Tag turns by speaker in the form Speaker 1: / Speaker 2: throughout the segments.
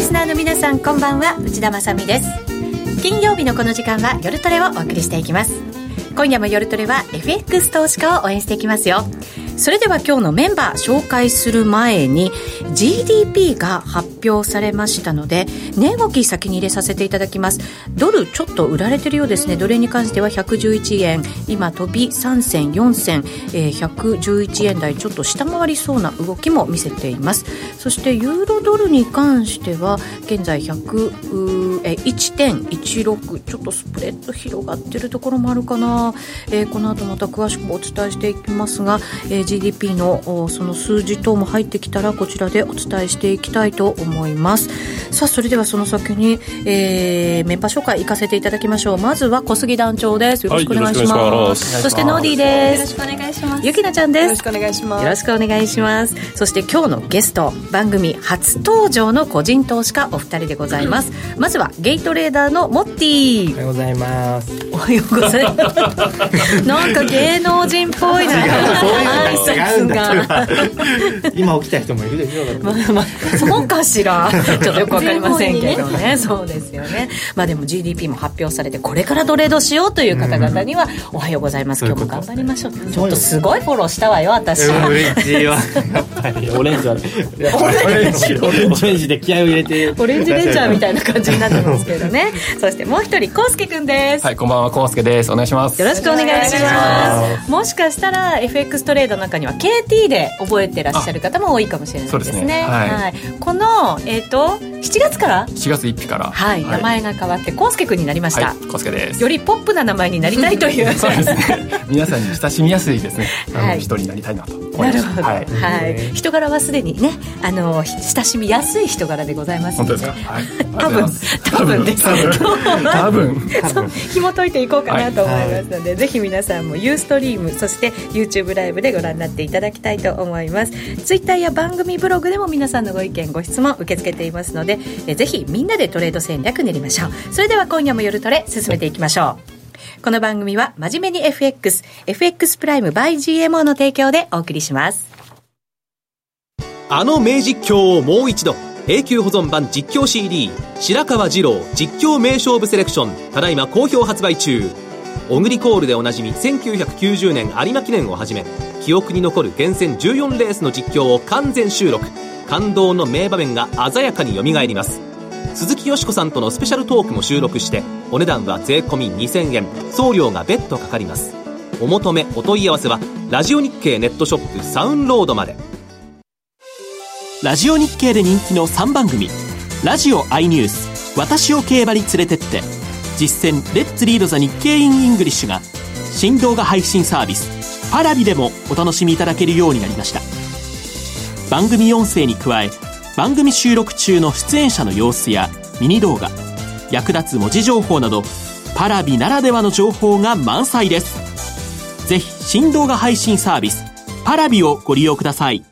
Speaker 1: さんこんばんは内田まさみです金曜日のこの時間は夜トレをお送りしていきます今夜も夜トレは FX 投資家を応援していきますよそれでは今日のメンバー紹介する前に GDP が発表されましたので値動き先に入れさせていただきますドルちょっと売られてるようですねドルに関しては111円今飛び3銭4銭、えー、111円台ちょっと下回りそうな動きも見せていますそしてユーロドルに関しては現在100え1.16ちょっとスプレッド広がってるところもあるかな、えー、この後また詳しくお伝えしていきますが、えー GDP のその数字等も入ってきたらこちらでお伝えしていきたいと思いますさあそれではその先に、えー、メンバー紹介行かせていただきましょうまずは小杉団長ですよろしくお願いします,はい、すそしてノーディーです
Speaker 2: よろしくお願いします
Speaker 1: ゆきなちゃんですよ
Speaker 2: ろしくお願いします
Speaker 1: よろしくお願いしますそして今日のゲスト番組初登場の個人投資家お二人でございます、うん、まずはゲイトレーダーのモッティ
Speaker 3: おはようございます
Speaker 1: おはようございます なんか芸能人っぽいな
Speaker 3: 違うんだ今起きた人もいるでしょう、まあま
Speaker 1: あ、そうかし らちょっとよく分かりませんけどね、ね、そうですよねまあでも GDP も発表されてこれからトレードしようという方々には「おはようございます今日も頑張りましょう」ううね、ちょっとすごいフォローしたわよ私は
Speaker 3: オレンジはオレンジで気合を入れて
Speaker 1: オレンジレンジャーみたいな感じになってますけどね そしてもう一人康介くんです
Speaker 4: はいこんばんは康介ですお願いします
Speaker 1: よろしくお願いしますもしかしたら FX トレードの中には KT で覚えてらっしゃる方も多いかもしれないですね。すねはい、はい、このえっ、ー、と7月から
Speaker 4: 7月1日から、
Speaker 1: はい、はい、名前が変わって康介くんになりました。
Speaker 4: 康、は、介、い、です。
Speaker 1: よりポップな名前になりたいという
Speaker 4: そうですね。皆さんに親しみやすいですね。はい、人になりたいなと
Speaker 1: なるほど。はい。人柄はすでにね、あの親しみやすい人柄でございます
Speaker 4: ので。
Speaker 1: 当
Speaker 4: 本
Speaker 1: ですか。はい、多分多分です。
Speaker 4: 多分。
Speaker 1: そう紐解いていこうかなと思いますので、ぜひ皆さんもユーストリームそして YouTube ライブでご覧になっていただきたいと思いますツイッターや番組ブログでも皆さんのご意見ご質問受け付けていますのでえぜひみんなでトレード戦略練りましょうそれでは今夜も夜トレ進めていきましょうこの番組は真面目に FXFX プライム by GMO の提供でお送りします
Speaker 5: あの名実況をもう一度永久保存版実況 CD 白川二郎実況名勝負セレクションただいま好評発売中オグリコールでおなじみ1990年有馬記念をはじめ記憶に残る厳選14レースの実況を完全収録感動の名場面が鮮やかによみがえります鈴木よしこさんとのスペシャルトークも収録してお値段は税込2000円送料が別途かかりますお求めお問い合わせはラジオ日経ネットショップサウンロードまで
Speaker 6: ラジオ日経で人気の3番組「ラジオ i ニュース私を競馬に連れてって」実践レッツリードザ日経インイングリッシュが新動画配信サービスパラビでもお楽しみいただけるようになりました番組音声に加え番組収録中の出演者の様子やミニ動画役立つ文字情報などパラビならではの情報が満載ですぜひ新動画配信サービスパラビをご利用ください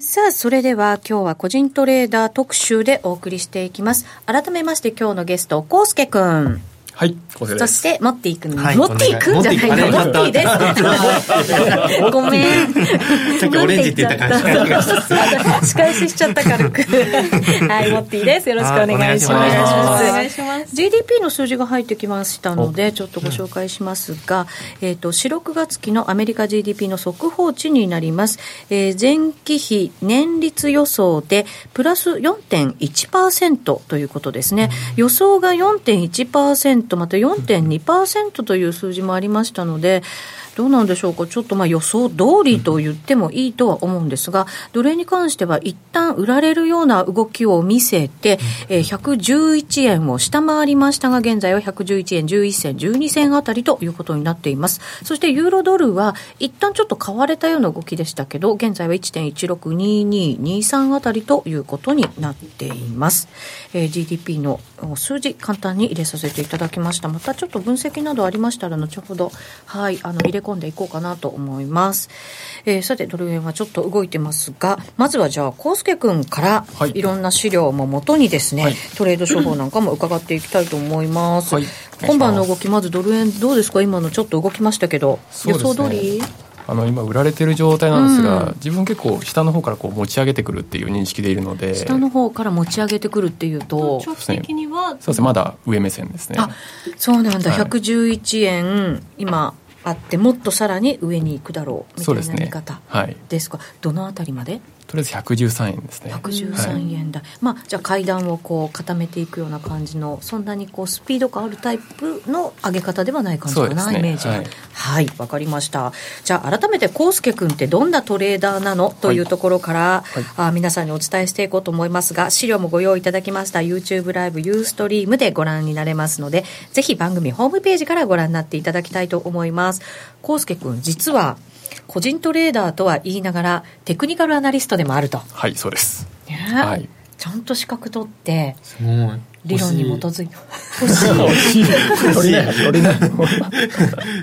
Speaker 1: さあ、それでは今日は個人トレーダー特集でお送りしていきます。改めまして今日のゲスト、コウスケくん。
Speaker 4: はい、
Speaker 1: そして、モッティ君、はい、モッティ君じゃないよ、モッティです。 ごめん。
Speaker 3: さっきオレンジって言った
Speaker 1: 感じ。仕返ししちゃった 軽 く。はい、モッティです。よろしくお願いします。ます GDP の数字が入ってきましたので、ちょっとご紹介しますが、えっ、ー、と、4、6月期のアメリカ GDPの速報値になります。えー、前期比年率予想で、プラス4.1%ということですね。予想が4.1%また4.2%という数字もありましたので、どうなんでしょうか、ちょっとまあ予想通りと言ってもいいとは思うんですが、奴隷に関しては一旦売られるような動きを見せて、えー、111円を下回りましたが、現在は111円11銭、12銭あたりということになっています。そしてユーロドルは、一旦ちょっと買われたような動きでしたけど、現在は1.162223あたりということになっています。えー、GDP の数字、簡単に入れさせていただきました。またちょっと分析などありましたら、後ほど、はい、あの、入れ込んでいこうかなと思います。えー、さて、ドル円はちょっと動いてますが、まずはじゃあ、康介君から、はい、いろんな資料ももとにですね、はい、トレード処方なんかも伺っていきたいと思います。はい、今晩の動き、まずドル円どうですか今のちょっと動きましたけど、ね、予想通り
Speaker 4: あの今売られてる状態なんですが、自分結構下の方からこう持ち上げてくるっていう認識でいるので
Speaker 1: 下の方から持ち上げてくるっていうと
Speaker 2: 長期的には
Speaker 4: そうですねまだ上目線ですね
Speaker 1: あそうなんだ、
Speaker 4: はい
Speaker 1: 111円今あってもっとさらに上に行くだろうみた
Speaker 4: そう
Speaker 1: い
Speaker 4: で
Speaker 1: な
Speaker 4: す
Speaker 1: 見
Speaker 4: ね
Speaker 1: 方
Speaker 4: はい
Speaker 1: ですかどのあたりまで
Speaker 4: とりあえず113円ですね
Speaker 1: 113円台、まあ、じゃあ階段をこう固めていくような感じのそんなにこうスピード感あるタイプの上げ方ではない感じか
Speaker 4: そ
Speaker 1: な、
Speaker 4: うですね
Speaker 1: イメージは
Speaker 4: はい
Speaker 1: はいわ、かりましたじゃあ改めて康介君ってどんなトレーダーなのというところから、あ皆さんにお伝えしていこうと思いますが資料もご用意いただきました YouTube ライブユーストリームでご覧になれますのでぜひ番組ホームページからご覧になっていただきたいと思います康介君実は個人トレーダーとは言いながらテクニカルアナリストでもあると
Speaker 4: はいそう です
Speaker 1: ね
Speaker 4: はい
Speaker 1: ちゃんと資格取って
Speaker 3: すごい
Speaker 1: 理論に基づいて
Speaker 3: 取りない取りない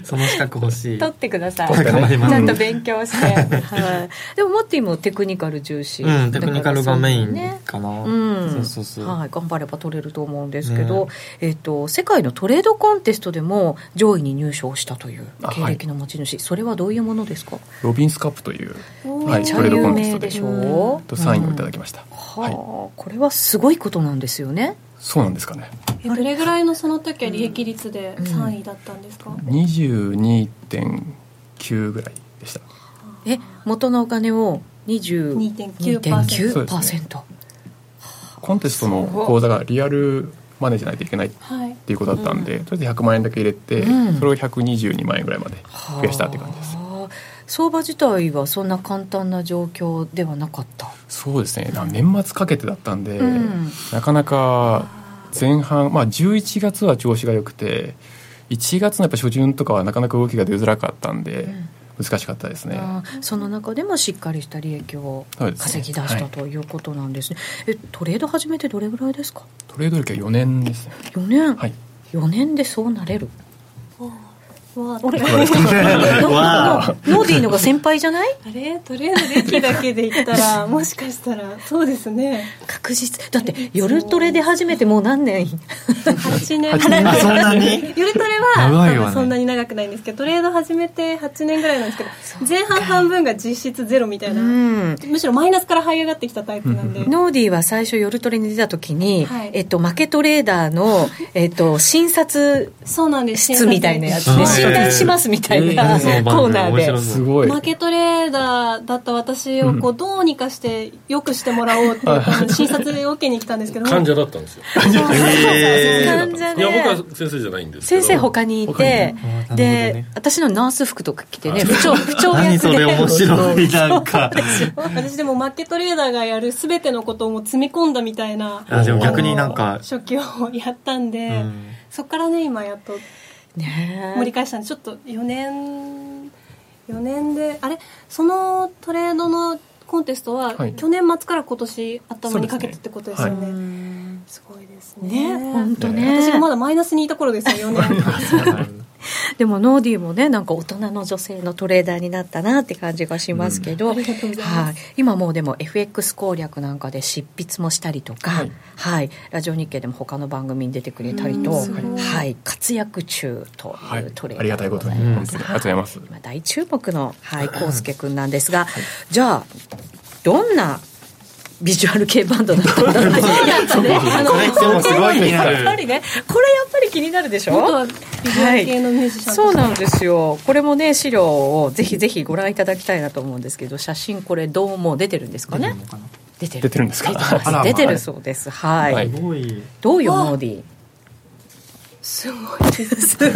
Speaker 3: その資格欲しい
Speaker 1: 取ってください、
Speaker 3: 頑張ります
Speaker 1: ちゃんと勉強して、はい、でもモッティもテクニカル重視、
Speaker 3: うんテクニカルがメイン
Speaker 1: ね
Speaker 3: かな、
Speaker 1: うん
Speaker 3: そうそうそう、
Speaker 1: はい、頑張れば取れると思うんですけど、
Speaker 3: ね
Speaker 1: えっと世界のトレードコンテストでも上位に入賞したという
Speaker 4: あはい
Speaker 1: 経歴の持ち主、それはどういうものですか、
Speaker 4: ロビンスカップという、は
Speaker 1: め
Speaker 4: い、
Speaker 1: っち
Speaker 4: ト
Speaker 1: ゃ
Speaker 4: レード
Speaker 1: 有
Speaker 4: コンテス
Speaker 1: 名
Speaker 4: トで
Speaker 1: でしょ、う
Speaker 4: と3位をいただきました、
Speaker 1: は
Speaker 4: は
Speaker 1: あ
Speaker 4: い、
Speaker 1: これはすごいことなんですよね
Speaker 4: そうなんですかね
Speaker 2: えどれぐらいのその時は利益率で3位だったんですか、
Speaker 4: 22.9ぐらいでした
Speaker 1: え元のお金を20
Speaker 2: 2.9%、
Speaker 4: そうです
Speaker 1: 2.9%、
Speaker 4: コンテストの口座がリアルマネーじゃないといけないっ
Speaker 2: はい、
Speaker 4: ていうことだったんで、とりあえず100万円だけ入れて、
Speaker 1: うん
Speaker 4: それを122万円ぐらいまで増やしたって感じです
Speaker 1: はあ相場自体はそんな簡単な状況ではなかった、
Speaker 4: そうですねだから年末かけてだったんで、
Speaker 1: うん
Speaker 4: なかなか前半、まあ、11月は調子が良くて1月のやっぱ初旬とかはなかなか動きが出づらかったんで、難しかったですね、
Speaker 1: ああその中でもしっかりした利益を
Speaker 4: そうですね
Speaker 1: 稼ぎ出した
Speaker 4: はい
Speaker 1: ということなんですね、えトレード始めてどれぐらいですか
Speaker 4: トレード歴は4年ですね
Speaker 1: 4年、
Speaker 4: はい
Speaker 1: 4年でそうなれる
Speaker 2: わあ
Speaker 1: あれノ ノーディーのが先輩じゃない
Speaker 2: あれとりあえず利益だけで言ったらもしかしたらそうですね
Speaker 1: 確実だって夜トレで始めてもう何年
Speaker 2: 8年
Speaker 3: 8年あそんなに
Speaker 2: 夜トレ
Speaker 3: 長
Speaker 2: は、
Speaker 3: いわね
Speaker 2: そんなに長くないんですけどトレード始めて8年ぐらいなんですけど前半半分が実質ゼロみたいうな、
Speaker 1: ん
Speaker 2: むしろマイナスから這い上がってきたタイプなんで、
Speaker 1: ノーディーは最初夜トレに出た時に、
Speaker 2: はい
Speaker 1: えっと、負けトレーダーの、えっと、診察
Speaker 2: そうなんです
Speaker 1: 室みたいなやつ
Speaker 3: は
Speaker 1: で
Speaker 3: い
Speaker 1: 診断しますみたい
Speaker 3: え
Speaker 1: な
Speaker 3: ー
Speaker 1: コーナー
Speaker 3: 面
Speaker 1: で
Speaker 3: 白。そう
Speaker 4: すごい
Speaker 2: 負けトレーダーだった私をこうどうにかしてよくしてもらおうっていうか診察を受けに来たんですけど
Speaker 7: 患者だったんですよ。
Speaker 1: 患者
Speaker 7: いや、僕は
Speaker 1: で
Speaker 7: 先生じゃないんですけど。
Speaker 1: 先生他にいて
Speaker 3: 他になるほど
Speaker 1: で
Speaker 3: ね
Speaker 1: 私のナース服とか着てね不調不調
Speaker 3: 何
Speaker 1: 役
Speaker 3: それ
Speaker 1: で
Speaker 3: 面白いなんか
Speaker 2: 私でも負けトレーダーがやる全てのことをもう詰め込んだみたいな
Speaker 3: あでも逆になんか
Speaker 2: 初期をやったんで、
Speaker 3: うん
Speaker 2: そこからね今やっと
Speaker 1: ね
Speaker 2: 盛り返したんでちょっと4年4年であれそのトレードのコンテストは
Speaker 4: はい
Speaker 2: 去年末から今年頭にかけてってことですよ
Speaker 4: そ
Speaker 2: ね、
Speaker 1: う
Speaker 2: す
Speaker 1: ん
Speaker 2: ごいですね
Speaker 1: ね本当ね
Speaker 2: 私がまだマイナスにいた頃ですよ4年
Speaker 1: でもノーディーもねなんか大人の女性のトレーダーになったなって感じがしますけ
Speaker 2: う
Speaker 1: ど、
Speaker 2: んありがとうございます
Speaker 1: はい、今もうでも FX 攻略なんかで執筆もしたりとか、は
Speaker 4: はいい
Speaker 1: ラジオ日経でも他の番組に出てくれたりと、
Speaker 2: すごい
Speaker 1: はい、活躍中と
Speaker 4: はい
Speaker 1: いうトレーダー
Speaker 4: ありがたいことに
Speaker 1: でござ
Speaker 4: 本当にありがとうございます
Speaker 1: 今大注目の、はい、康介くんなんですが、じゃあどんなビジュアル系バンドだったんだろうあの
Speaker 3: それでもすごい気にな
Speaker 1: やっぱ
Speaker 3: る
Speaker 1: りねこれやっぱり気になるでしょ
Speaker 2: 元ビジュアル系のミュージシャンとして
Speaker 1: そうなんですよこれもね資料をぜひぜひご覧いただきたいなと思うんですけど写真これどうも出てるんですかね出てる
Speaker 4: 出てるんですか
Speaker 1: 出てます
Speaker 4: あらまあ
Speaker 1: 出てるそうですはい、
Speaker 4: はい
Speaker 3: すごい
Speaker 1: どうよモーディ
Speaker 2: すごいです。え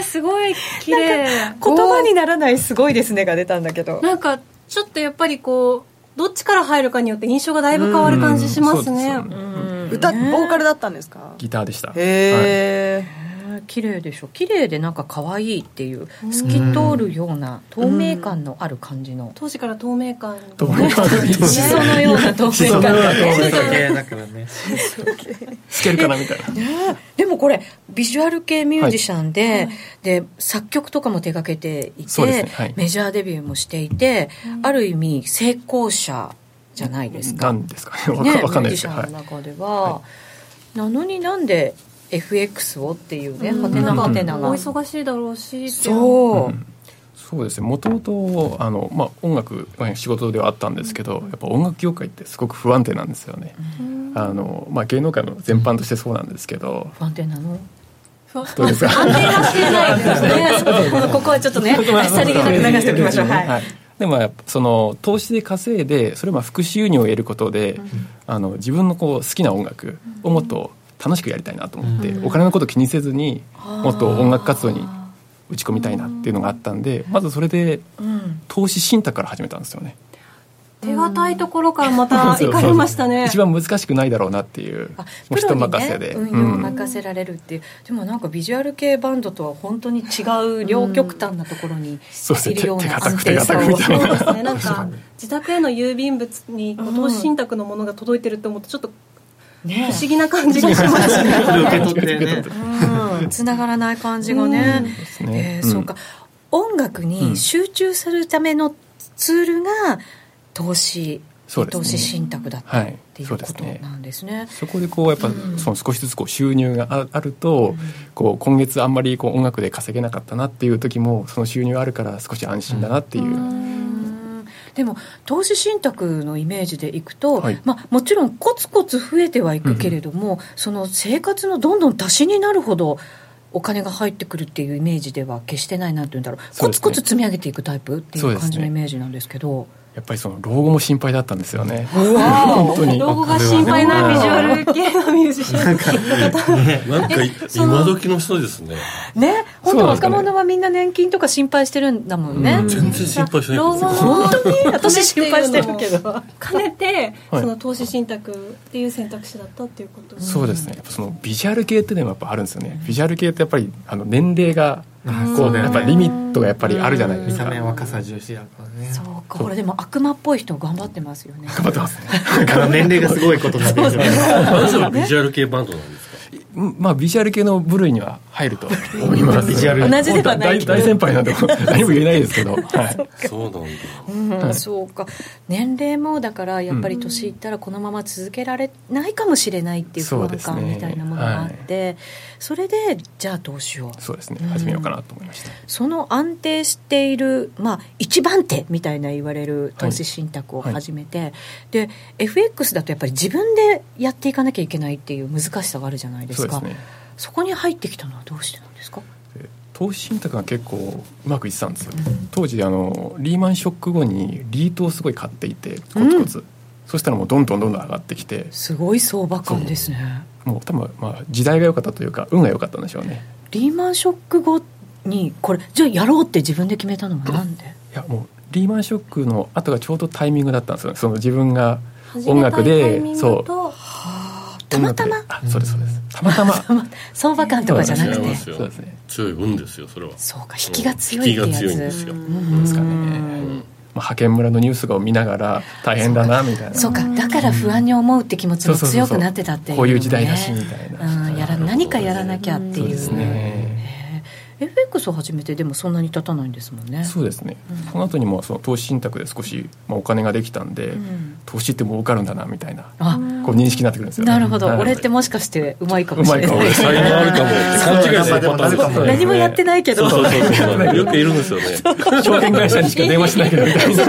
Speaker 2: ー、すごい綺麗。言
Speaker 1: 言葉にならないすごいですねが出たんだけど
Speaker 2: なんかちょっとやっぱりこうどっちから入るかによって印象がだいぶ変わる感じしますね。
Speaker 4: うんそうですよね
Speaker 8: 歌、ボーカルだったんですか
Speaker 4: ギターでした
Speaker 8: へえ、
Speaker 1: ね綺麗でしょ綺麗でなんか可愛いっていう透き通るような透明感のある感じの
Speaker 2: 当時から透明感の。
Speaker 4: どうも
Speaker 1: シソのような透明感
Speaker 3: だからね
Speaker 4: つけるかなみたいな
Speaker 1: でもこれビジュアル系ミュージシャンで,、で作曲とかも手掛けていて、
Speaker 4: そうですねはい
Speaker 1: メジャーデビューもしていて、ある意味成功者じゃないですか。
Speaker 4: 何ですかねわ
Speaker 1: ね、
Speaker 4: か
Speaker 1: ミ
Speaker 4: わか
Speaker 1: ュ
Speaker 4: んな
Speaker 1: ー
Speaker 4: い
Speaker 1: ジシ
Speaker 4: です
Speaker 1: ャンの
Speaker 4: けどはい
Speaker 1: 中では、なのになんで FX をっていうねハテ
Speaker 2: な
Speaker 1: ナ
Speaker 2: んかお
Speaker 1: ハテナが。
Speaker 2: 忙しいだろうしっていう
Speaker 1: そう、
Speaker 4: うんそうですねもともとあの、まあ、音楽の仕事ではあったんですけどやっぱ音楽業界ってすごく不安定なんですよね、あのまあ、芸能界の全般としてそうなんですけど、
Speaker 1: 不安定なの
Speaker 4: どうですか
Speaker 1: 安定はしてないですねそうここはちょっと ねさりげなく流しておきましょうはい、
Speaker 4: はいでもやっぱその投資で稼いでそれも副収入を得ることで、あの自分のこう好きな音楽をもっと楽しくやりたいなと思って、お金のこと気にせずにもっと音楽活動に打ち込みたいなっていうのがあったんでまずそれで
Speaker 1: うん、
Speaker 4: 投資信託から始めたんですよね
Speaker 2: 手堅いところからまた 行かれましたね
Speaker 4: 一番難しくないだろうなっていう
Speaker 1: あ
Speaker 4: もう
Speaker 1: プ
Speaker 4: 人
Speaker 1: ロに
Speaker 4: 任
Speaker 1: ね
Speaker 4: せで、
Speaker 1: 運用を任せられるっていう、でもなんかビジュアル系バンドとは本当に違う両極端なところに
Speaker 4: そうです
Speaker 1: い
Speaker 4: ね
Speaker 1: るよう
Speaker 4: 手手
Speaker 1: な
Speaker 4: 堅
Speaker 1: 安
Speaker 4: く手
Speaker 1: 定さ
Speaker 4: 堅
Speaker 1: を
Speaker 4: くみたい
Speaker 2: そう
Speaker 4: な
Speaker 2: ですねなんか自宅への郵便物にお投資信託のものが届いてるって思うとちょっと
Speaker 1: ね
Speaker 2: 不思議な感じがしますね
Speaker 3: それを 受け取ってね
Speaker 1: うんつながらない感じがね、
Speaker 4: うん
Speaker 1: えー
Speaker 4: うん
Speaker 1: そうか音楽に集中するためのツールが投資、
Speaker 4: そうですね
Speaker 1: 投資信託だった
Speaker 4: は
Speaker 1: っ
Speaker 4: い
Speaker 1: ていう
Speaker 4: そ
Speaker 1: こ
Speaker 4: うです
Speaker 1: と
Speaker 4: ね
Speaker 1: なんですね。
Speaker 4: そこでこうやっぱ
Speaker 1: うん
Speaker 4: その少しずつこう収入がああると、こう今月あんまりこう音楽で稼げなかったなっていう時もその収入あるから少し安心だなっていう、
Speaker 1: うんでも投資信託のイメージでいくと、
Speaker 4: はい
Speaker 1: まあ、もちろんコツコツ増えてはいくけれども、その生活のどんどん足しになるほどお金が入ってくるっていうイメージでは決してないなんて言うんだろう
Speaker 4: そ
Speaker 1: コ
Speaker 4: うで
Speaker 1: ツ
Speaker 4: すね
Speaker 1: コツ積み上げていくタイプってい
Speaker 4: そう
Speaker 1: う
Speaker 4: で
Speaker 1: 感
Speaker 4: すね
Speaker 1: じのイメージなんですけど
Speaker 4: やっぱりその老後も心配だったんですよね
Speaker 2: 本
Speaker 4: 当に
Speaker 2: 老後が心配なビジュアル系のミュージシャン
Speaker 7: なんかい今時の人ですね
Speaker 1: ね本
Speaker 4: そう
Speaker 1: 当
Speaker 4: なんです
Speaker 1: 若
Speaker 4: かね
Speaker 1: 者はみんな年金とか心配してるんだもんね、
Speaker 4: うん
Speaker 7: 全然心配しない
Speaker 2: 老後
Speaker 7: です
Speaker 2: の
Speaker 1: 私心配してるけど
Speaker 2: 兼ねて
Speaker 4: はい
Speaker 2: その投資信託っていう選択肢だったっていうこと
Speaker 4: そうですねやっぱそのビジュアル系っていうのもやっぱあるんですよねビジュアル系ってやっぱりあの年齢がこうやっぱリミットがやっぱりあるじゃないで
Speaker 3: 見
Speaker 4: すか
Speaker 3: た目
Speaker 4: 頑
Speaker 3: 若さ重視だからね
Speaker 1: そうかこれでも悪魔っぽい人頑張ってますよね
Speaker 4: 張ってますね
Speaker 3: あの年齢がすごいことになってる
Speaker 7: 何それビジュアル系バンドなんですか
Speaker 4: うんまあビジュアル系の部類には入ると思います
Speaker 3: ビジュアル
Speaker 1: 同じではない
Speaker 4: 大大先輩なんでも何も言えないですけど、はい、
Speaker 7: そうなんだ
Speaker 1: うんそうか年齢もだからやっぱり年いったらこのまま続けられないかもしれないっていう不
Speaker 4: そう
Speaker 1: 安
Speaker 4: です
Speaker 1: 感
Speaker 4: ね
Speaker 1: みたいなものがあって、それでじゃあどうしよう
Speaker 4: そうですね始めようかなと思いました
Speaker 1: その安定している、まあ、一番手みたいな言われる投資信託を始めて、で FX だとやっぱり自分でやっていかなきゃいけないっていう難しさがあるじゃないですか
Speaker 4: そ
Speaker 1: そう
Speaker 4: ですね
Speaker 1: こに入ってきたのはどうしてなんですか
Speaker 4: で投資信託が結構うまくいってたんですよ当時あのリーマンショック後にリートをすごい買っていてコツコツ、そしたらもうどんどんどんどん上がってきて
Speaker 1: すごい相場感ですね
Speaker 4: もう多分まあ時代が良かったというか運が良かったんでしょうね
Speaker 1: リーマンショック後にこれじゃあやろうって自分で決めた のはなんで
Speaker 4: いやもうリーマンショックの後がちょうどタイミングだったんですよねその自分が
Speaker 2: 始め
Speaker 4: 音
Speaker 2: た
Speaker 4: 楽
Speaker 2: いタイ
Speaker 4: で
Speaker 2: ミング
Speaker 4: そう
Speaker 2: と
Speaker 1: たまたま
Speaker 4: 音楽であそうですそうですたまたま
Speaker 1: 相場感とかじゃなく
Speaker 7: 違い
Speaker 1: て
Speaker 7: ますよ
Speaker 4: そうですね
Speaker 7: 強い運ですよそれは
Speaker 1: そうか引きが強いってやつ
Speaker 7: 引きが強いんですよ
Speaker 1: うん
Speaker 4: ですかね、まあ、派遣村のニュースを見ながら大変だなみたいな
Speaker 1: そうかだから不安に思うって気持ち
Speaker 4: そ
Speaker 1: も
Speaker 4: うそうそうそう
Speaker 1: 強くなってたっていうのも
Speaker 4: こ
Speaker 1: ね
Speaker 4: ういう時代だしみたい
Speaker 1: う
Speaker 4: な、
Speaker 1: ん、やら何かやらなきゃって
Speaker 4: そう
Speaker 1: い
Speaker 4: で
Speaker 1: う
Speaker 4: すね、
Speaker 1: FX を始めてでもそんなに経たないんですもんね
Speaker 4: そうですね、その後にもその投資信託で少し、まあ、お金ができたんで、
Speaker 1: ん
Speaker 4: 投資って儲かるんだなみたいな
Speaker 1: あ
Speaker 4: こう認識になってくるんですよね、
Speaker 1: なるほど、
Speaker 4: はい
Speaker 1: 俺ってもしかしてうまいかも
Speaker 4: う
Speaker 1: し
Speaker 4: ま
Speaker 1: れ
Speaker 4: いか
Speaker 1: な
Speaker 4: 俺
Speaker 1: い
Speaker 7: 才能あるかも勘違いするパターンですよ
Speaker 4: そうですね
Speaker 1: 何もやってないけど、
Speaker 7: そうそうそうよくいるんですよね
Speaker 4: 証券会社にしか電話しないけどみたい な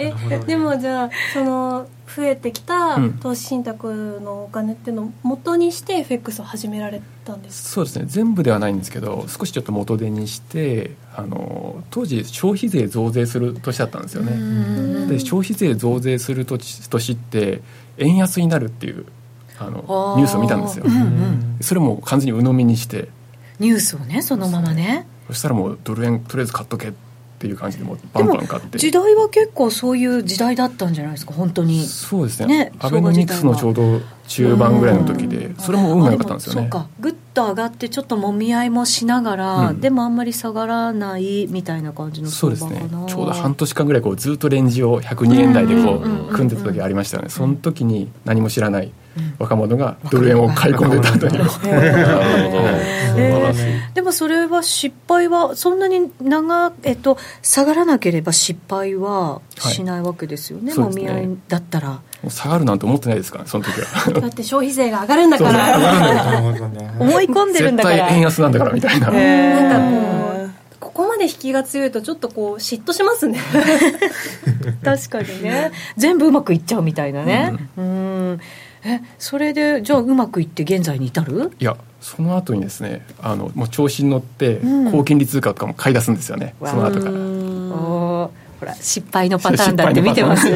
Speaker 2: えでもじゃあその増えてきた
Speaker 4: うん
Speaker 2: 投資信託のお金っていうのを元にして FX を始められたんです
Speaker 4: そうですね全部ではないんですけど少しちょっと元手にしてあの当時消費税増税する年だったんですよね、
Speaker 1: うん
Speaker 4: で消費税増税する年年って円安になるっていうあのニュースを見たんですよ、
Speaker 1: うんうん
Speaker 4: それも完全に鵜呑みにして
Speaker 1: ニュースをねそのままね
Speaker 4: そしたらもうドル円とりあえず買っとけっていう感じでもうバンバン買って
Speaker 1: 時代は結構そういう時代だったんじゃないですか本当に
Speaker 4: そうですね
Speaker 1: ね
Speaker 4: アベノミクスのちょうど中盤ぐらいの時でそれも運が良かったんですよ
Speaker 1: あ
Speaker 4: ね
Speaker 1: もそうかぐっと上がってちょっともみ合いもしながら、
Speaker 4: うん
Speaker 1: でもあんまり下がらないみたいな感じの
Speaker 4: そう
Speaker 1: 相
Speaker 4: です
Speaker 1: 場か
Speaker 4: ね
Speaker 1: な
Speaker 4: ちょうど半年間ぐらいこうずっとレンジを102円台でこ
Speaker 1: うんうんうんう
Speaker 4: うん組んでた時がありましたよねその時に何も知らない若者がドル円を買い込んでたという
Speaker 7: なるほど素晴らしい
Speaker 1: でもそれは失敗はそんなに長、えっと、下がらなければ失敗はしないわけですよね、
Speaker 4: はい
Speaker 1: もみ合いだったら
Speaker 4: もう下がるなんて思ってないですからねその時は
Speaker 2: だって消費税が上がるんだから
Speaker 3: なるほどね
Speaker 1: 思い込んでるん
Speaker 4: 絶
Speaker 1: だか
Speaker 4: 対
Speaker 1: ら
Speaker 4: 円安なんだからみたいな、
Speaker 2: なんかこうここままで引きが強いとちょっとこう嫉妬しますね
Speaker 1: 確かにね全部うまくいっちゃうみたいなねうんえそれでじゃあうまくいって現在に至る
Speaker 4: いやその後にですねあのもう調子に乗って高金利通貨とかも買い出すんですよね、その後から。
Speaker 1: おーほら失敗のパターンだって見てますし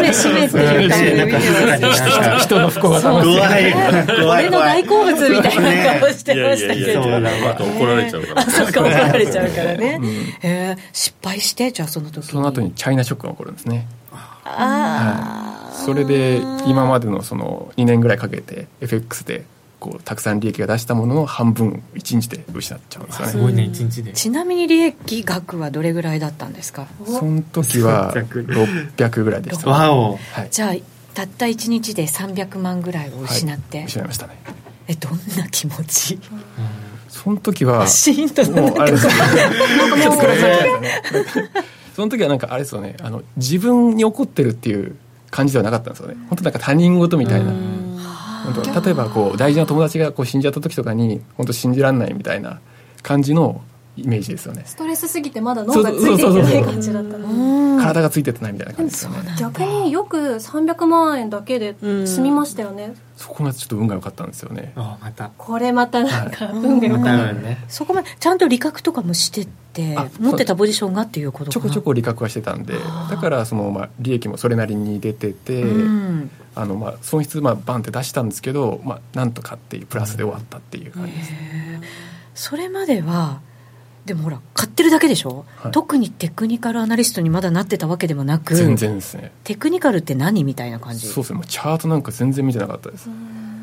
Speaker 1: めしめっていう感じで見てます
Speaker 4: 人人の不幸が楽しい
Speaker 9: 怖い怖
Speaker 1: 俺の
Speaker 9: い怖
Speaker 1: 大
Speaker 9: い
Speaker 1: 好物みたいな顔して
Speaker 7: い
Speaker 1: ま
Speaker 7: やい
Speaker 1: した
Speaker 7: やい
Speaker 1: け
Speaker 7: や
Speaker 1: ど
Speaker 7: そうまた怒られちゃうから
Speaker 1: そうか怒られちゃうからね、えー失敗してじゃあその時に
Speaker 4: その後にチャイナショックが起こるんですね
Speaker 1: ああ、
Speaker 4: それで今までのその2年ぐらいかけて FX でこうたくさん利益が出したものの半分1日で失っちゃうんですよ
Speaker 9: す
Speaker 4: ね
Speaker 9: ごいね一日で
Speaker 1: ちなみに利益額はどれぐらいだったんですか
Speaker 4: その時は600ぐらいでした、は
Speaker 9: わお
Speaker 4: い、
Speaker 1: じゃあたった1日で300万ぐらいを失って、
Speaker 4: 失いましたね
Speaker 1: えどんな気持ち
Speaker 4: その時は
Speaker 1: シーンと
Speaker 4: もうあれですね
Speaker 1: もうこれ
Speaker 4: その時はなんかあれですよねあの自分に怒ってるっていう感じではなかったんですよね本当なんか他人事みたいな本当例えばこう大事な友達がこう死んじゃった時とかに本当信じらんないみたいな感じのイメージですよね
Speaker 2: ストレスすぎてまだ脳がついていけない感じだったの
Speaker 4: 体がついてってないみたいな感じですよね
Speaker 2: 逆によく300万円だけで済みましたよね
Speaker 4: そこがちょっと運が良かったんですよね
Speaker 9: あまた
Speaker 2: これまたなんか運が良
Speaker 9: ま
Speaker 2: かった
Speaker 9: ね
Speaker 1: そこまでちゃんと利確とかもしてって
Speaker 4: あ
Speaker 1: 持ってたポジションがっていうことかな
Speaker 4: ちょこちょこ利確はしてたんでだからそのまあ利益もそれなりに出てて
Speaker 1: うん
Speaker 4: あのまあ損失まあバンって出したんですけどまあなんとかっていうプラスで終わったっていう感じですね
Speaker 1: それまではでもほら買ってるだけでしょ、
Speaker 4: はい
Speaker 1: 特にテクニカルアナリストにまだなってたわけでもなく
Speaker 4: 全然ですね
Speaker 1: テクニカルって何みたいな感じ
Speaker 4: そうですねもうチャートなんか全然見てなかったです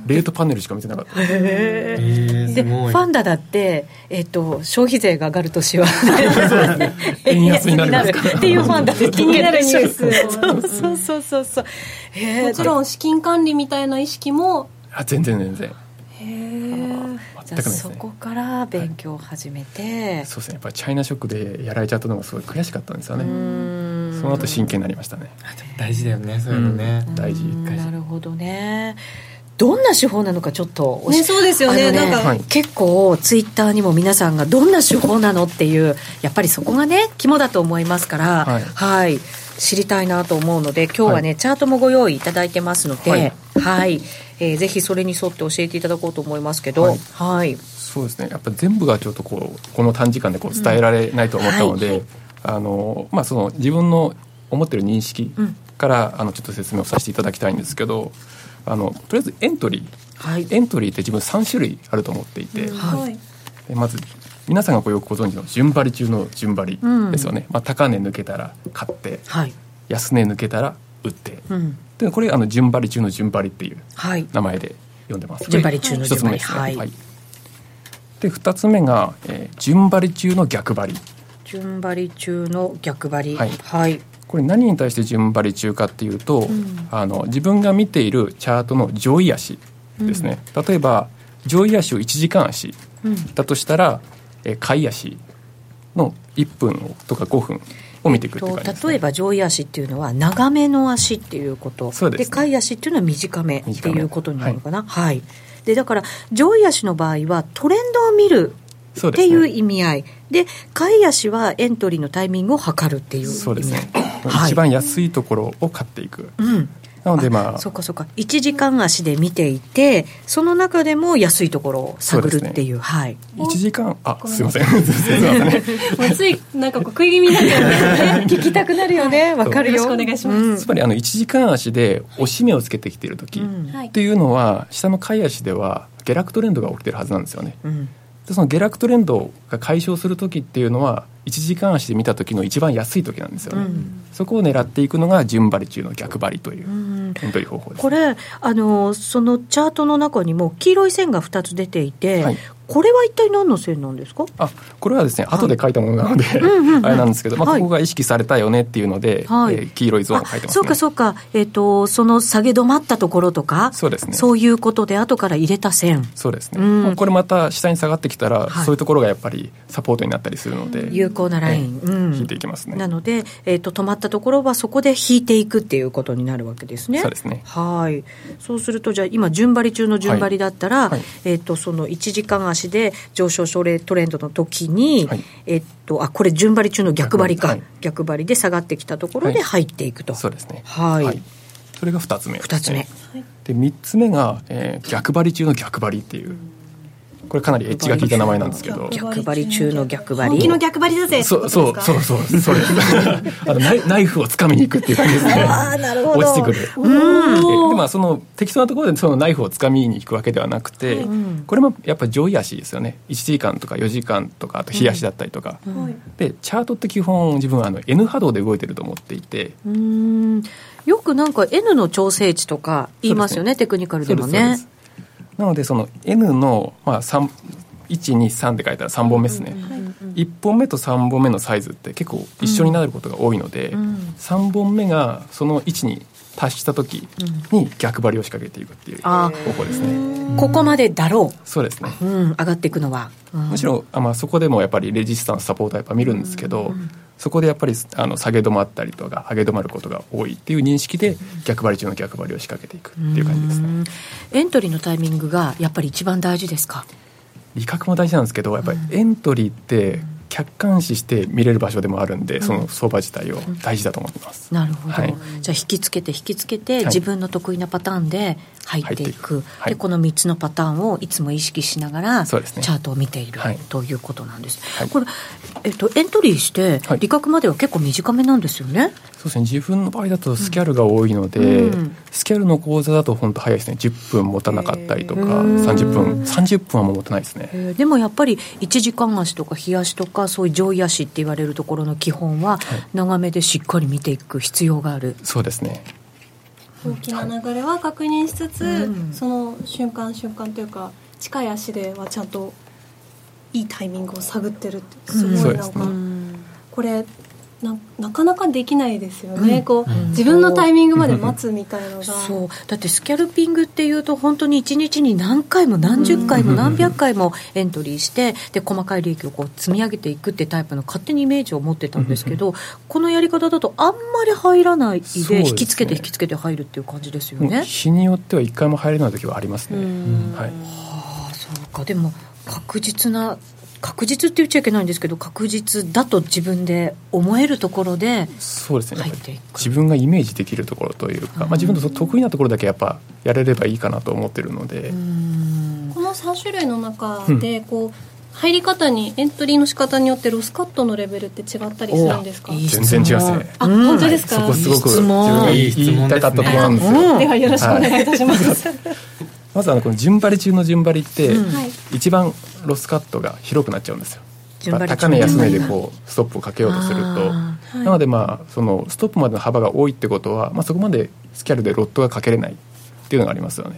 Speaker 4: レートパネルしか見て なかったです
Speaker 9: えー
Speaker 1: ですフ
Speaker 9: ごい
Speaker 1: ァンダだって、えっと消費税が上がる 年は
Speaker 4: 円安になりますから
Speaker 1: 円安にっていうファンダで
Speaker 2: 気になるニュース
Speaker 1: そうそうそうそうそうへ
Speaker 2: も
Speaker 1: え
Speaker 2: ちろん資金管理みたいな意識も
Speaker 4: あ全然全然
Speaker 1: じ
Speaker 4: 全
Speaker 1: ゃ
Speaker 4: く
Speaker 1: あ
Speaker 4: ないです
Speaker 1: そ
Speaker 4: ね
Speaker 1: こから勉強を始めて、
Speaker 4: そうですねやっぱりチャイナショックでやられちゃったのがすごい悔しかったんですよねその後真剣になりましたね
Speaker 9: 大事だよねそういうのね
Speaker 4: うん大事
Speaker 1: うんなるほどねどんな手法なのかちょっと教え
Speaker 2: ねそうですよね
Speaker 1: あの
Speaker 2: なんか
Speaker 4: はい
Speaker 1: 結構ツイッターにも皆さんがどんな手法なのっていうやっぱりそこがね肝だと思いますからは
Speaker 4: はいい、
Speaker 1: 知りたいなと思うので今日はね、チャートもご用意いただいてますのでは
Speaker 4: はいい、
Speaker 1: えーぜひそれに沿って教えていただこうと思いますけどは
Speaker 4: はいい、
Speaker 1: はい
Speaker 4: そうですねやっぱ全部がちょっとこうこの短時間でこう伝えられないと思ったので、あのまあ、その自分の思ってる認識から、あのちょっと説明をさせていただきたいんですけどあのとりあえずエントリー、エントリーって自分3種類あると思っていて、
Speaker 2: はい
Speaker 4: でまず皆さんがこうよくご存知の順張り中の順張りですよね、まあ、高値抜けたら買って
Speaker 1: はい
Speaker 4: 安値抜けたら売って、
Speaker 1: うん
Speaker 4: でこれあの順張り中の順張りっていう
Speaker 1: はい
Speaker 4: 名前で呼んでます。
Speaker 1: 順張り中の
Speaker 4: 一つ目です
Speaker 1: 順
Speaker 4: ね。
Speaker 1: 張りは
Speaker 4: はいい。で二つ目が、えー順張り中の逆張り。
Speaker 1: 順張り中の逆張りは
Speaker 4: はいい、
Speaker 1: はい
Speaker 4: これ何に対して順張り中かっていうと、あの自分が見ているチャートの上位足ですね。例えば上位足を一時間足だとしたら、えー下位足の一分とか五分を見ていくっていう
Speaker 1: と
Speaker 4: 感じです、ね。
Speaker 1: 例えば上位足っていうのは長めの足っていうこと
Speaker 4: そうですね
Speaker 1: 下位足っていうのは短めっていうことになるのかなはい、でだから上位足の場合はトレンドを見る
Speaker 4: そう
Speaker 1: っ
Speaker 4: です
Speaker 1: て
Speaker 4: ね
Speaker 1: いう意味合いで,、下位足はエントリーのタイミングを測るっていう意味合い
Speaker 4: そうですね。
Speaker 1: はい
Speaker 4: 一番安いところを買っていく。
Speaker 1: うん
Speaker 4: なのでまあ
Speaker 1: そうかそうか1時間足で見ていてその中でも安いところを探るっていうはい
Speaker 4: 一時間あすいません すいません。
Speaker 2: もうついなんかこう食い気味になるよね 聞きたくなるよね
Speaker 1: わかるよ
Speaker 2: よろしくお願いします、
Speaker 1: うん
Speaker 4: つまりあの1時間足で押し目をつけてきている時、
Speaker 2: はい
Speaker 4: っていうのは下の買い足では下落トレンドが起きてるはずなんですよね。
Speaker 1: うん
Speaker 4: でその下落トレンドが解消する時っていうのは1時間足で見た時の一番安い時なんですよね。そこを狙っていくのが順張り中の逆張りというエントリー方法です。
Speaker 1: これあのそのチャートの中にも黄色い線が2つ出ていて、
Speaker 4: はい
Speaker 1: これは一体何の線なんですか
Speaker 4: あこれはですね後で書いたものなので、 あれなんですけど、まあ、
Speaker 1: はい
Speaker 4: ここが意識されたよねっていうので、
Speaker 1: はい
Speaker 4: えー黄色いゾーンを書いてま
Speaker 1: あ
Speaker 4: すね。
Speaker 1: そうかそうか、えっとその下げ止まったところとか
Speaker 4: そうですね
Speaker 1: そういうことで後から入れた線
Speaker 4: そうですね、
Speaker 1: うん
Speaker 4: もうこれまた下に下がってきたら、
Speaker 1: はい
Speaker 4: そういうところがやっぱりサポートになったりするので
Speaker 1: ゆっ有効なライン、うん
Speaker 4: 引いていきますね
Speaker 1: なので、えー、と止まったところはそこで引いていくっていうことになるわけですね。
Speaker 4: そうですね
Speaker 1: はいそうするとじゃあ今順張り中の順張りだったら、
Speaker 4: いはい
Speaker 1: えー、とその1時間足で上昇トレトレンドの時に、
Speaker 4: はい
Speaker 1: えー、とあこれ順張り中の逆張りか、
Speaker 4: はい
Speaker 1: 逆張りで下がってきたところで入っていくと。
Speaker 4: そうですね
Speaker 1: はい
Speaker 4: それが2つ目ですね
Speaker 1: 二つ目
Speaker 4: で3つ目が、えー逆張り中の逆張りっていうこれかなりエッジが効いた名前なんですけど
Speaker 1: 逆張り中の逆張り
Speaker 2: 本気の逆張りだぜってこと
Speaker 4: そう
Speaker 2: ですか
Speaker 4: そうそうそうそれ あのナイナイフを掴みに行くっていう感じですね
Speaker 1: あーなるほど
Speaker 4: 落ちてくるででまあその適当なところでそのナイフを掴みに行くわけではなくて、これもやっぱ上位足ですよね1時間とか4時間とかあと日足だったりとか、
Speaker 2: はい
Speaker 4: でチャートって基本自分はあの N 波動で動いてると思っていて、
Speaker 1: うーんよくなんか N の調整値とか言いますよねテクニカルでも
Speaker 4: そうで
Speaker 1: ね
Speaker 4: すそうですなのでその N の、まあ、3 123って書いたら3本目ですね、1本目と3本目のサイズって結構一緒になることが多いので、
Speaker 1: ん
Speaker 4: 3本目がその位置に達した時に逆張りを仕掛けていくっていう
Speaker 1: あ
Speaker 4: 方
Speaker 1: ー
Speaker 4: 法ですね、
Speaker 1: ここまでだろ
Speaker 4: そうですね
Speaker 1: う、うん、上がっていくのは、うん
Speaker 4: むしろあ、まあ、そこでもやっぱりレジスタンスサポーターやっぱ見るんですけど、そこでやっぱりあの下げ止まったりとか上げ止まることが多いっていう認識で逆張り中の逆張りを仕掛けていくっていう感じですね、
Speaker 1: エントリーのタイミングがやっぱり一番大事ですか
Speaker 4: 理覚も大事なんですけどやっぱりエントリーって客観視して見れる場所でもあるんで、その相場自体を大事だと思ってます、
Speaker 1: なるほど、
Speaker 4: はい
Speaker 1: じゃあ引きつけて引きつけて、
Speaker 4: い
Speaker 1: 自分の得意なパターンで入っていく
Speaker 4: 入っていくはい
Speaker 1: でこの3つのパターンをいつも意識しながらチ
Speaker 4: そう
Speaker 1: ャ
Speaker 4: ですね
Speaker 1: ートを見ている、
Speaker 4: はい
Speaker 1: ということなんです、
Speaker 4: はい
Speaker 1: これ、えっと、エントリーして
Speaker 4: はい
Speaker 1: 利確までは結構短めなんですよね、
Speaker 4: そうですね自分の場合だとスキャルが多いので、
Speaker 1: うん
Speaker 4: スキャルの講座だと本当早いですね10分持たなかったりとか30分30分はもう持たないですね
Speaker 1: えーでもやっぱり1時間足とか日足とかそういう上位足って言われるところの基本は長めでしっかり見ていく必要がある、
Speaker 4: そうですね
Speaker 2: 大きな流れは確認しつつ、
Speaker 1: うん
Speaker 2: その瞬間瞬間というか近い足ではちゃんといいタイミングを探ってるってす
Speaker 4: そ
Speaker 2: ご
Speaker 4: う
Speaker 2: い
Speaker 4: で
Speaker 2: な
Speaker 4: す
Speaker 2: ん
Speaker 4: ね
Speaker 2: か、
Speaker 1: うん
Speaker 2: これななかなかできないですよね、
Speaker 1: うん
Speaker 2: こう、自分のタイミングまで待つみたいなのが
Speaker 1: そうだってスキャルピングっていうと本当に1日に何回も何十回も何百回もエントリーしてで細かい利益をこう積み上げていくってタイプの勝手にイメージを持ってたんですけどこのやり方だとあんまり入らない
Speaker 4: そうです
Speaker 1: で
Speaker 4: ね
Speaker 1: 引きつけて引きつけて入るっていう感じですよ
Speaker 4: もう
Speaker 1: ね。
Speaker 4: 日によっては一回も入れない時はありますね、はい、
Speaker 1: あそうかでも確実な確実って言っちゃいけないんですけど確実だと自分で思えるところで
Speaker 4: そうですねやっぱり
Speaker 1: 入っていく
Speaker 4: 自分がイメージできるところというか、まあ、自分のその得意なところだけやっぱやれればいいかなと思ってるので、
Speaker 2: この3種類の中でこう、入り方にエントリーの仕方によってロスカットのレベルって違ったりするんですか
Speaker 1: おいい
Speaker 4: 全然違いますね
Speaker 2: あ、
Speaker 1: うん
Speaker 2: 本当ですか、
Speaker 4: そこすごく
Speaker 1: いい質問
Speaker 4: 自分が
Speaker 9: いい質問
Speaker 4: 言いたかったところなんですよ、
Speaker 1: うん
Speaker 2: ではよろしくお願いいたします、
Speaker 4: まずあのこの順張り中の順張りって、
Speaker 1: うん
Speaker 2: はい
Speaker 4: 一番ロスカットが広くなっちゃうんですよ
Speaker 1: 順張り
Speaker 4: 高値安値でこうストップをかけようとすると
Speaker 1: あ
Speaker 2: ー
Speaker 4: なのでまあそのストップまでの幅が多いってことは、まあ、そこまでスキャルでロットがかけれないっていうのがありますよね、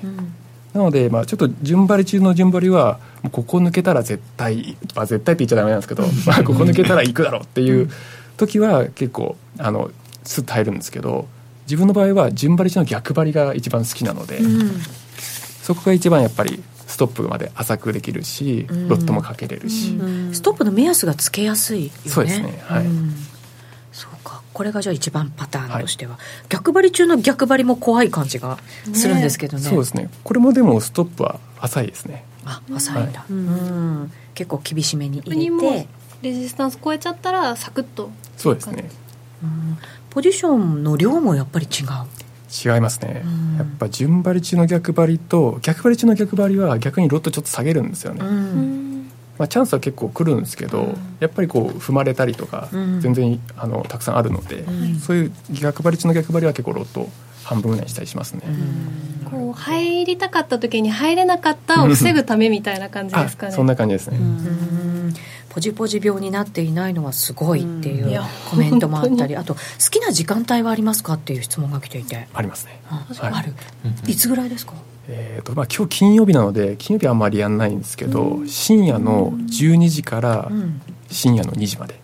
Speaker 4: なのでまあちょっと順張り中の順張りはもうここ抜けたら絶対、まあ、絶対って言っちゃダメなんですけど、まあ、ここ抜けたら行くだろうっていう時は結構あのすっと入るんですけど自分の場合は順張り中の逆張りが一番好きなので、そこが一番やっぱりストップまで浅くできるし、
Speaker 1: ん
Speaker 4: ロットもかけれるし、
Speaker 1: うんストップの目安がつけやすいよね
Speaker 4: そうですねはい
Speaker 1: んそうかこれがじゃあ一番パターンとしては、逆張り中の逆張りも怖い感じがするんですけどね
Speaker 4: そうですねこれもでもストップは浅いですね
Speaker 1: あ浅いんだ、
Speaker 4: は
Speaker 1: うん結構厳しめに
Speaker 2: ここに
Speaker 1: 入れ
Speaker 2: も
Speaker 1: て
Speaker 2: レジスタンス超えちゃったらサクッと
Speaker 4: そうですね
Speaker 1: ポジションの量もやっぱり違う
Speaker 4: 違いますね、
Speaker 1: うん
Speaker 4: やっぱ順張り中の逆張りと逆張り中の逆張りは逆にロットちょっと下げるんですよね、
Speaker 1: うん
Speaker 4: まあ、チャンスは結構来るんですけど、やっぱりこう踏まれたりとか、
Speaker 1: うん
Speaker 4: 全然あのたくさんあるので、そういう逆張り中の逆張りは結構ロット半分ぐらいにしたりしますね、
Speaker 2: こう入りたかった時に入れなかったを防ぐためみたいな感じで
Speaker 4: あ
Speaker 2: すかね。
Speaker 4: そんな感じですね、
Speaker 1: うんポジポジ病になっていないのはすごいっていううん
Speaker 2: いや
Speaker 1: コメントもあったり、あと好きな時間帯はありますかっていう質問が来ていて、
Speaker 4: ありますね、
Speaker 1: あ
Speaker 4: はい
Speaker 1: ある、いつぐらいですか、
Speaker 4: えーとまあ、今日金曜日なので金曜日はあんまりやんないんですけど、深夜の12時から
Speaker 1: うん、
Speaker 4: 深夜の2時まで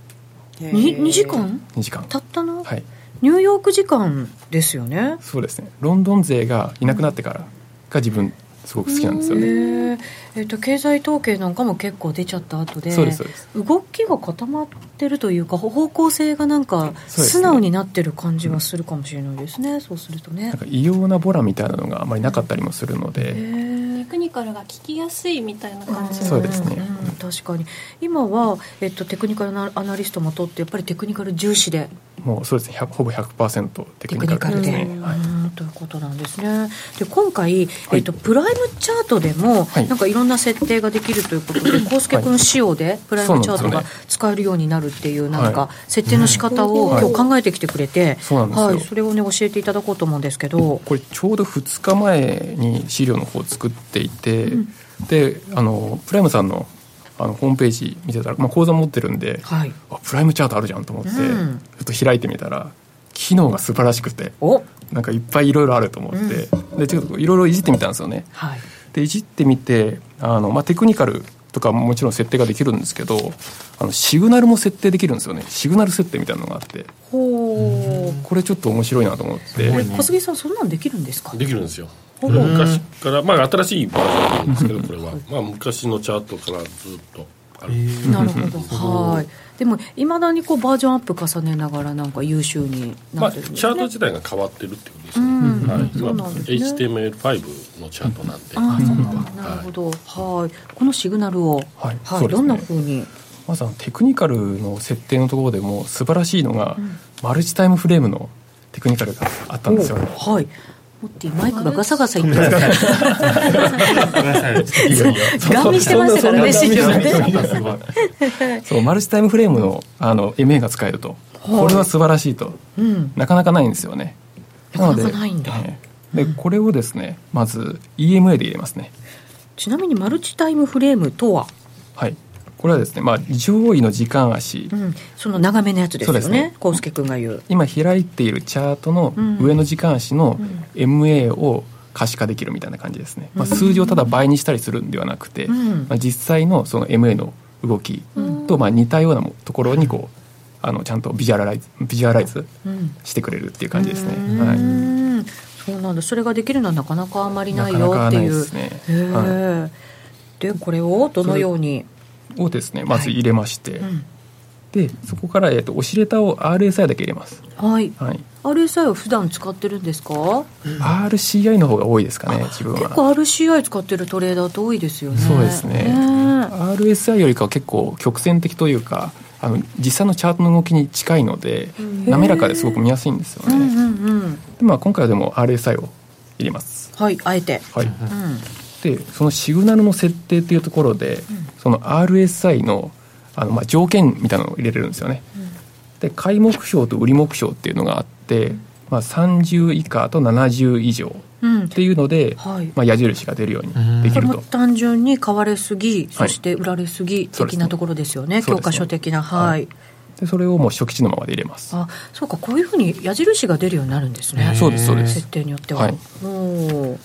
Speaker 1: に 2, 時間
Speaker 4: 2時間
Speaker 1: たったの、
Speaker 4: はい
Speaker 1: ニューヨーク時間ですよね
Speaker 4: そうですねロンドン勢がいなくなってからが自分すごく好きなんですよね。
Speaker 1: へええっと経済統計なんかも結構出ちゃった後で
Speaker 4: そうですそうです
Speaker 1: 動きが固まってるというかほ方向性がなんか
Speaker 4: そうですね
Speaker 1: 素直になってる感じはするかもしれないですね、そうするとね
Speaker 4: なんか異様なボラみたいなのがあまりなかったりもするの
Speaker 1: へ
Speaker 4: で、
Speaker 1: え
Speaker 2: テクニカルが聞きやすいみたいな感じ
Speaker 4: そうですね
Speaker 1: ん確かに今は、えっと、テクニカルなアナリストも取ってやっぱりテクニカル重視で
Speaker 4: もうそうですね、100ほぼ100%テ
Speaker 1: テ
Speaker 4: クニ
Speaker 1: ク
Speaker 4: カ
Speaker 1: ニカ
Speaker 4: ル
Speaker 1: ル
Speaker 4: で
Speaker 1: で、
Speaker 4: すね。はい
Speaker 1: うんということなんですねで今回、えっと、プライムチャートでも、
Speaker 4: はい
Speaker 1: なんかいろんな設定ができるということ で浩介君仕様でプライムチャートが使えるようになるっていうなんか
Speaker 4: は
Speaker 1: 設定の仕方を
Speaker 4: うん
Speaker 1: 今日考えてきてくれて、
Speaker 4: そうなんですよ
Speaker 1: はい、それをね教えていただこうと思うんですけど、
Speaker 4: これちょうど2日前に資料の方を作っていて、であのプライムさんのあのホームページ見てたら、まあ、講座持ってるんで、
Speaker 1: はい、
Speaker 4: あプライムチャートあるじゃんと思って、
Speaker 1: うん
Speaker 4: ちょっと開いてみたら機能が素晴らしくて
Speaker 1: お
Speaker 4: なんかいっぱいいろいろあると思って、でちょっといろいろいじってみたんですよね。
Speaker 1: はい
Speaker 4: でいじってみてあの、まあ、テクニカルとかももちろん設定ができるんですけどあのシグナルも設定できるんですよねシグナル設定みたいなのがあって
Speaker 1: ほう
Speaker 4: これちょっと面白いなと思って、
Speaker 1: これ小杉さんそんなんできるんですか
Speaker 7: できるんですよ昔からまあ新しいバージョンなんですけどこれはまあ昔のチャートからずっとある
Speaker 1: なるほどはいでもいまだにこうバージョンアップ重ねながらなんか優秀に
Speaker 7: ま
Speaker 1: な
Speaker 7: あ、
Speaker 1: っ
Speaker 7: チ
Speaker 1: てるんです
Speaker 7: ャ
Speaker 1: ね、
Speaker 7: ート自体が変わってるってことです
Speaker 1: う
Speaker 7: ね。
Speaker 1: ん
Speaker 7: はい、
Speaker 1: そ
Speaker 7: 今
Speaker 1: うなんですね
Speaker 7: HTML5 のチャートなんで、
Speaker 1: ああ、そうなんだ。なるほど。はい。このシグナルを、
Speaker 4: はい
Speaker 1: は
Speaker 4: そ
Speaker 1: い、
Speaker 4: うですね
Speaker 1: どんな風に。
Speaker 4: まずあのテクニカルの設定のところでも素晴らしいのが、マルチタイムフレームのテクニカルがあったんですよね。
Speaker 1: おはい。モッティマイクがガサガサ言ってます。ガン見してましたからね、
Speaker 4: そ
Speaker 1: シグ
Speaker 4: んなそん
Speaker 1: ナ
Speaker 4: な
Speaker 1: ルね。
Speaker 4: そうマルチタイムフレームのあの MA が使えると、
Speaker 1: はい
Speaker 4: これは素晴らしいと
Speaker 1: うん。
Speaker 4: なかなかないんですよね。
Speaker 1: なかなかないんだ
Speaker 4: なので,ええ、でこれをですねまず EMA で入れますね。
Speaker 1: ちなみにマルチタイムフレームとは、
Speaker 4: はい。これはですねまあ上位の時間足、
Speaker 1: うん、その長めのやつですよ
Speaker 4: そうです
Speaker 1: ね
Speaker 4: ね。
Speaker 1: コウスケ君が言う。
Speaker 4: 今開いているチャートの
Speaker 1: うん
Speaker 4: 上の時間足の MA を可視化できるみたいな感じですね、まあ、数字をただ倍にしたりするんではなくて、
Speaker 1: うん
Speaker 4: まあ、実際のその MA の動きとまあ似たようなもところにこうあのちゃんとビジュアライズビジュアライズ
Speaker 1: うん。
Speaker 4: してくれるっていう感じですね、
Speaker 1: う
Speaker 4: はい、
Speaker 1: ん。そうなんだ。それができるのはなかなかあまりない
Speaker 4: な
Speaker 1: よ
Speaker 4: かな
Speaker 1: っ
Speaker 4: か
Speaker 1: て
Speaker 4: ない
Speaker 1: い
Speaker 4: で
Speaker 1: う。
Speaker 4: すね
Speaker 1: へえ、
Speaker 4: は
Speaker 1: で、これをどのように。
Speaker 4: をですねまず入れまして、
Speaker 1: うん。
Speaker 4: でそこから、えっと、オシレタを RSI だけ入れます、
Speaker 1: はい。
Speaker 4: はい、
Speaker 1: RSI は普段使ってるんですか
Speaker 4: RCI の方が多いですかね自分は
Speaker 1: 結構 RCI 使ってるトレーダーって多いですよね
Speaker 4: そうですね
Speaker 1: ね
Speaker 4: RSI よりかは結構曲線的というかあの実際のチャートの動きに近いので滑らかですごく見やすいんですよ
Speaker 1: う
Speaker 4: ね、
Speaker 1: んうんうん
Speaker 4: でまあ、今回はでも RSI を入れます、
Speaker 1: はいあえて
Speaker 4: はい、
Speaker 1: うん
Speaker 4: でそのシグナルの設定っていうところで、その RSI のあの、まあ、条件みたいなのを入れれるんですよね、で買い目標と売り目標っていうのがあって、まあ、30以下と70以上
Speaker 1: うん
Speaker 4: っていうので、
Speaker 1: はい
Speaker 4: まあ、矢印が出るようにでき
Speaker 1: これ
Speaker 4: る
Speaker 1: も
Speaker 4: と
Speaker 1: 単純に買われすぎそして売られすぎ
Speaker 4: そう
Speaker 1: 的
Speaker 4: ですね
Speaker 1: なところですよね,、
Speaker 4: そう
Speaker 1: 教
Speaker 4: ですね
Speaker 1: 科書的なはい、
Speaker 4: でそれをもう初期値のままで入れます
Speaker 1: あそうかこういうふうに矢印が出るようになるんですね
Speaker 4: そうですそうです
Speaker 1: 設定によっては、
Speaker 4: はい
Speaker 1: おお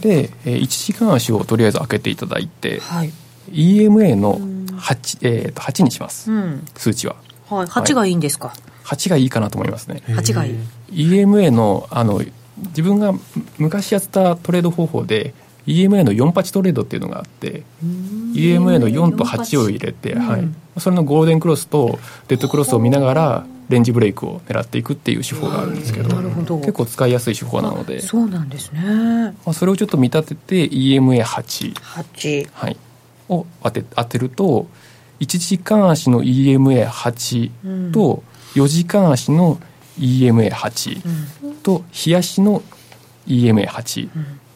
Speaker 4: で、えー1時間足をとりあえず開けていただいて、
Speaker 1: はい、
Speaker 4: EMA の 8,、えーと8にします、
Speaker 1: うん
Speaker 4: 数値は
Speaker 1: はい、8がいいんですか、
Speaker 4: 8がいいかなと思いますね
Speaker 1: 8がいい
Speaker 4: EMA のあの自分がむ昔やってたトレード方法で EMA の48トレードっていうのがあって EMA の4と8を入れて、はい、それのゴールデンクロスとデッドクロスを見ながらレンジブレイクを狙っていくっていう手法があるんですけど
Speaker 1: なるほど
Speaker 4: 結構使いやすい手法なので
Speaker 1: そうなんですね
Speaker 4: まあ、それをちょっと見立てて EMA8
Speaker 1: 8
Speaker 4: はい、を当て当てると1時間足の EMA8 と4時間足の EMA8 と日足の EMA8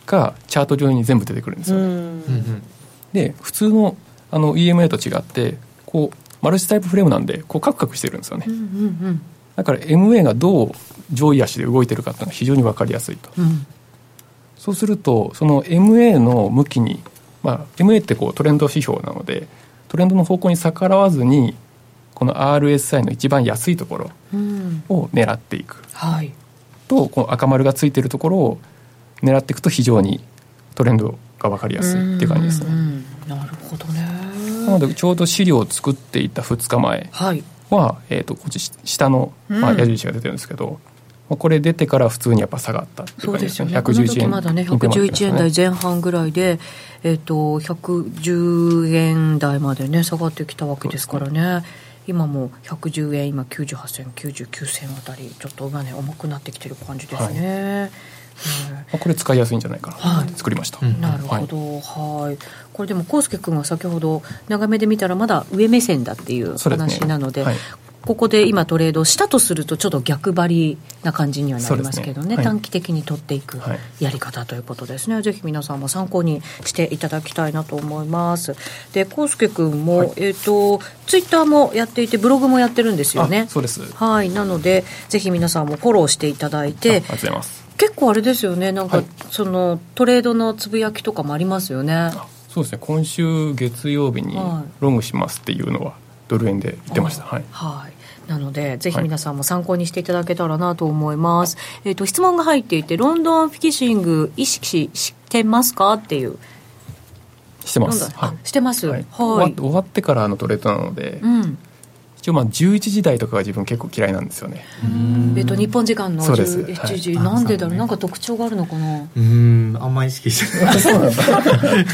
Speaker 4: がチャート上に全部出てくるんですよ、ねで普通のあの EMA と違ってこうマルチタイプフレームなんでこうカクカクしてるんですよね、
Speaker 1: うんうん
Speaker 4: だから MA がどう上位足で動いてるかっていうのが非常に分かりやすいと
Speaker 1: うんうん
Speaker 4: そうするとその MA の向きに、まあ、MA ってこうトレンド指標なのでトレンドの方向に逆らわずにこの RSI の一番安いところ
Speaker 1: うん
Speaker 4: を狙っていく
Speaker 1: はい
Speaker 4: とこの赤丸がついてるところを狙っていくと非常にトレンドが分かりやすいっていう感じです
Speaker 1: うんう
Speaker 4: ね。
Speaker 1: んうんなるほどね
Speaker 4: なのでちょうど資料を作っていた2日前
Speaker 1: はい
Speaker 4: は、えー、とこっち下の、まあ、
Speaker 1: うん
Speaker 4: 矢印が出てるんですけど、まあ、これ出てから普通にやっぱ下がったって
Speaker 1: そ
Speaker 4: 感
Speaker 1: う
Speaker 4: じ
Speaker 1: ですよね。この
Speaker 4: 111
Speaker 1: 時
Speaker 4: 円
Speaker 1: まだね、
Speaker 4: 肉まで来ました
Speaker 1: 111円
Speaker 4: ね
Speaker 1: 台前半ぐらいで、えっ、と、110円台までね、下がってきたわけですからね。今もう110円、今98円、99銭あたり、ちょっとがね、重くなってきてる感じですね。うん
Speaker 4: まあこれ使いやすいんじゃないかなと思って
Speaker 1: はい
Speaker 4: 作りました、
Speaker 1: なるほど、はい、これでも、康介君は先ほど、長めで見たらまだ上目線だっていう
Speaker 4: そうです
Speaker 1: 話
Speaker 4: ね
Speaker 1: なので、
Speaker 4: はい
Speaker 1: ここで今、トレードしたとすると、ちょっと逆張りな感じにはなりますけど
Speaker 4: そう
Speaker 1: ね、
Speaker 4: ですねはい
Speaker 1: 短期的に取っていく
Speaker 4: はい
Speaker 1: やり方ということですね、ぜひ皆さんも参考にしていただきたいなと思います。で、康介君も、えっ、と、ツイッターもやっていて、ブログもやってるんですよ
Speaker 4: はい
Speaker 1: ね
Speaker 4: あ。そうですあり
Speaker 1: はい、なので、ぜひ皆さんもフォローしていただいて
Speaker 4: が、とうございます
Speaker 1: 結構あれですよねなんか、
Speaker 4: はい
Speaker 1: そのトレードのつぶやきとかもありますよね
Speaker 4: そうですね今週月曜日に
Speaker 1: はい
Speaker 4: ロングしますっていうのはドル円で言ってました、はい
Speaker 1: はいなのでぜひ
Speaker 4: はい
Speaker 1: 皆さんも参考にしていただけたらなと思います、えっ、と質問が入っていてロンドンフィキシング意識ししてますかっていう
Speaker 4: してま
Speaker 1: ロン
Speaker 4: す
Speaker 1: ドン
Speaker 4: はい
Speaker 1: あしてますは
Speaker 4: はいい、終わっ終わってからのトレードなので、
Speaker 1: うん
Speaker 4: 一応まあ11時台とかが自分結構嫌いなんですよね、
Speaker 1: えっと、日本時間の
Speaker 4: そうです
Speaker 1: 11時、
Speaker 9: はい
Speaker 1: なんでだろう、
Speaker 9: あ
Speaker 1: なんか特徴があるのかな
Speaker 9: うーん、あんま意識してない。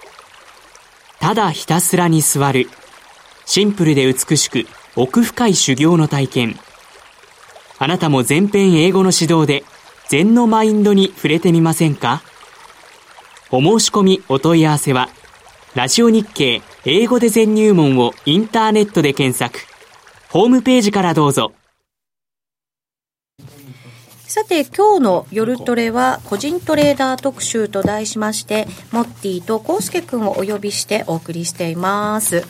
Speaker 6: ただひたすらに座るシンプルで美しく奥深い修行の体験あなたも全編英語の指導で禅のマインドに触れてみませんかお申し込みお問い合わせはラジオ日経英語で全入門をインターネットで検索ホームページからどうぞ
Speaker 1: さて今日の夜トレは個人トレーダー特集と題しましてモッティとコウスケ君をお呼びしてお送りしています。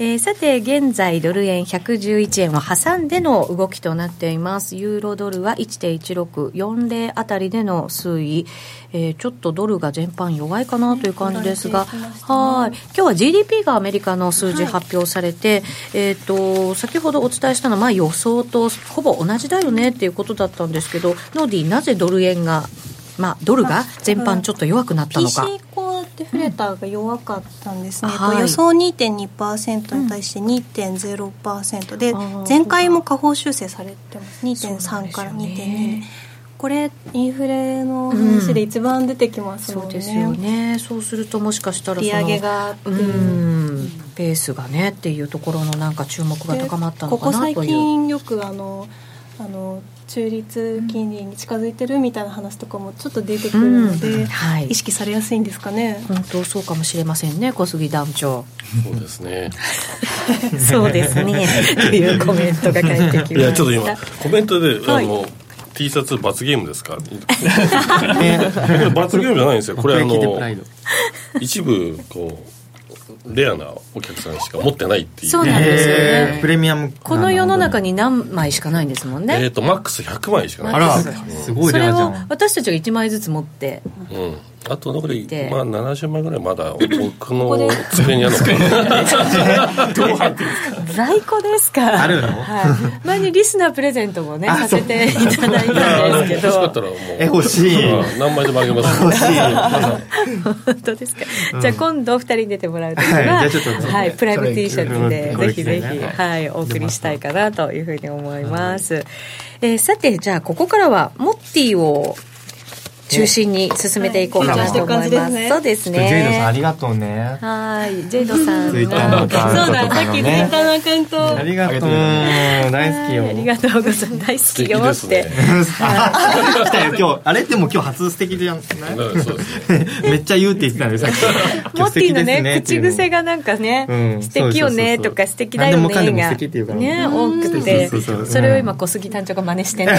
Speaker 1: えーさて現在ドル円111円を挟んでの動きとなっていますユーロドルは1.1640あたりでの推移、えーちょっとドルが全般弱いかなという感じですが、
Speaker 2: ね売られてきましたね
Speaker 1: はい今日は GDP がアメリカの数字発表されて、えっ、と先ほどお伝えしたのはまあ予想とほぼ同じだよねっていうことだったんですけどノーディなぜドル円がまあドルが全般ちょっと弱くなったのか、
Speaker 2: PC コアデフレーターが弱かったんですね、
Speaker 1: はい
Speaker 2: と予想2.2%に対して2.0%で、前回も下方修正されてます2.3から2.2でこれインフレの話で一番出てきますもん
Speaker 1: そう
Speaker 2: ね,、
Speaker 1: ですよねそうするともしかしたらその
Speaker 2: 利上げがって
Speaker 1: う
Speaker 2: いうん
Speaker 1: ペースがねっていうところのなんか注目が
Speaker 2: で
Speaker 1: 高まったの
Speaker 2: こ
Speaker 1: か
Speaker 2: こ
Speaker 1: な
Speaker 2: 最
Speaker 1: という
Speaker 2: 近よくあのあの中立金利に近づいてるみたいな話とかもちょっと出てくるので、
Speaker 1: うんはい
Speaker 2: 意識されやすいんですかね。
Speaker 1: 本当そうかもしれませんね小杉団長
Speaker 7: そうですね。
Speaker 1: そうです ねというコメントが返ってきました
Speaker 7: いやちょっと今コメントで、
Speaker 1: はい
Speaker 7: あの T シャツ罰ゲームで すか。これ罰ゲームじゃないんですよ。これあ
Speaker 9: 国益でプ
Speaker 7: の
Speaker 9: ライド
Speaker 7: 一部こうレアなお客さんしか持ってないっていう。
Speaker 1: そうなんですよね、
Speaker 9: えープレミアム
Speaker 1: この世の中に何枚しかないんですもん
Speaker 7: え
Speaker 1: ね
Speaker 7: っ、とマックス100枚しかない。
Speaker 9: あら
Speaker 7: うん
Speaker 9: すごい
Speaker 1: そ
Speaker 9: レ
Speaker 1: れ
Speaker 9: アじゃ
Speaker 1: を
Speaker 9: ん
Speaker 1: 私たちが1枚ずつ持って
Speaker 7: うん、あと残り
Speaker 1: で
Speaker 7: まあ70枚ぐらいま だ僕
Speaker 2: こで
Speaker 7: の机にあるのかな
Speaker 1: 在庫ですから
Speaker 9: あるの
Speaker 1: はい、前にリスナープレゼントもね
Speaker 9: あ
Speaker 1: させていただい たんですけ
Speaker 7: 欲しか
Speaker 1: ど
Speaker 7: ったらもう
Speaker 9: え欲しい
Speaker 7: うん何枚でもあげます欲しい
Speaker 1: 本当ですか、じゃあ今度二人に出てもらう時は、
Speaker 9: はいじゃ
Speaker 1: はい
Speaker 9: あちょっと
Speaker 1: プライム T シャツで
Speaker 9: そ
Speaker 1: ぜ
Speaker 9: れ
Speaker 1: ひぜ
Speaker 9: こ
Speaker 1: ひ、
Speaker 9: れ着てね
Speaker 1: はい、お送りしたいかなというふうに思います、えーさてじゃあここからはモッティを中心に進めていこうかなと思います、
Speaker 2: はい
Speaker 1: そうです
Speaker 9: ちょっとジェイドさんあ
Speaker 1: ね
Speaker 9: りがとうね
Speaker 1: はいジェイドさん
Speaker 9: ツイッターのアカウント
Speaker 2: そう
Speaker 9: と
Speaker 2: だ、
Speaker 9: か
Speaker 2: さっき
Speaker 9: の
Speaker 2: ツイッ
Speaker 9: ね
Speaker 2: ターのアカウント
Speaker 9: ありがとう大好きよ
Speaker 1: はいありがとうございます大好
Speaker 7: 素
Speaker 1: き
Speaker 7: 敵
Speaker 1: よ
Speaker 7: で
Speaker 1: っ
Speaker 7: す
Speaker 1: て、
Speaker 7: ね
Speaker 9: あ 来たよ今日あれでも今日初素敵じゃん
Speaker 7: うんそうですね
Speaker 9: めっちゃ言うって言ってたんです
Speaker 1: モッティのね口癖が
Speaker 9: が
Speaker 1: なんかね、
Speaker 9: うん
Speaker 1: 素敵よね
Speaker 9: そうそうそうそう
Speaker 1: とか素敵だよね
Speaker 9: 何でもかんでも
Speaker 1: が
Speaker 9: 素敵っていうから
Speaker 1: ね多くて
Speaker 9: そうそうそう
Speaker 1: それを今小杉団長が真似してね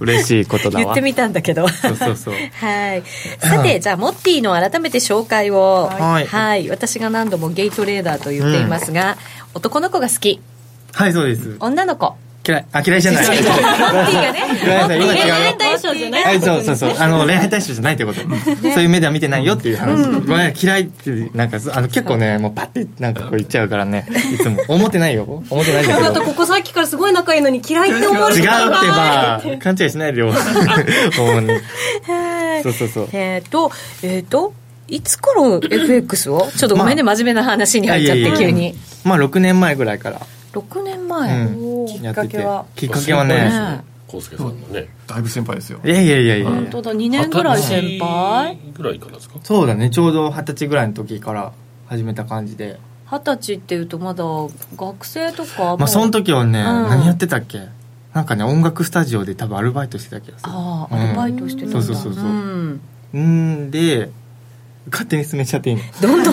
Speaker 9: 嬉しいことだわ
Speaker 1: 言ってみたんだけど
Speaker 9: そうそうそう
Speaker 1: はいさてじゃあモッティの改めて紹介を
Speaker 9: はい
Speaker 1: 私が何度もゲイトレーダーと言っていますが、男の子が好き
Speaker 9: はいそうです
Speaker 1: 女の子
Speaker 9: 嫌いあ嫌い じゃない
Speaker 1: モッティがね
Speaker 9: ごめんなさい今違うよ
Speaker 1: モッティがね大将じゃない
Speaker 9: はい、そうそうそう。あの、恋愛対象じゃないってこと。 そういう目では見てないよっていう話。ごめん、嫌いって、なんか、あの、結構ね、もうパッて、なんかこう言っちゃうからね。いつも。思ってないよ。思ってないんだけ
Speaker 2: ま
Speaker 9: ど
Speaker 2: た。ここさっきからすごい仲いいのに嫌いって思われ
Speaker 9: 違うって
Speaker 2: た
Speaker 9: ば、勘違いしないで よ。ほんまに。
Speaker 1: はい
Speaker 9: そうそうそう。
Speaker 1: えっとえっ、といつから FX をちょっとごめんね、
Speaker 9: ま
Speaker 1: 真面目な話に入っちゃっ
Speaker 9: いやい
Speaker 1: て
Speaker 9: やい
Speaker 1: 急
Speaker 9: や
Speaker 1: に
Speaker 9: まあ、6年前ぐらいから。
Speaker 1: 6年前、
Speaker 9: うん
Speaker 1: おー
Speaker 9: やってて
Speaker 1: きっかけは
Speaker 9: きっかけはね。
Speaker 7: 康介さんのね
Speaker 4: だいぶ先輩ですよ
Speaker 9: いやいやいやいや。
Speaker 1: 本当だ2年ぐらい先輩
Speaker 7: 二十歳ぐらいからですか
Speaker 9: そうだね、ちょうど二十歳ぐらいの時から始めた感じで。
Speaker 1: 二十歳っていうとまだ学生とかも
Speaker 9: まあ、その時はね、
Speaker 1: ん
Speaker 9: 何やってたっけなんかね、音楽スタジオで多分アルバイトしてた気がする。
Speaker 1: ああ
Speaker 9: うん
Speaker 1: アルバイトしてたんだ、
Speaker 9: そうそうそうそうんうんで勝手に進めちゃっていいの
Speaker 1: どん ど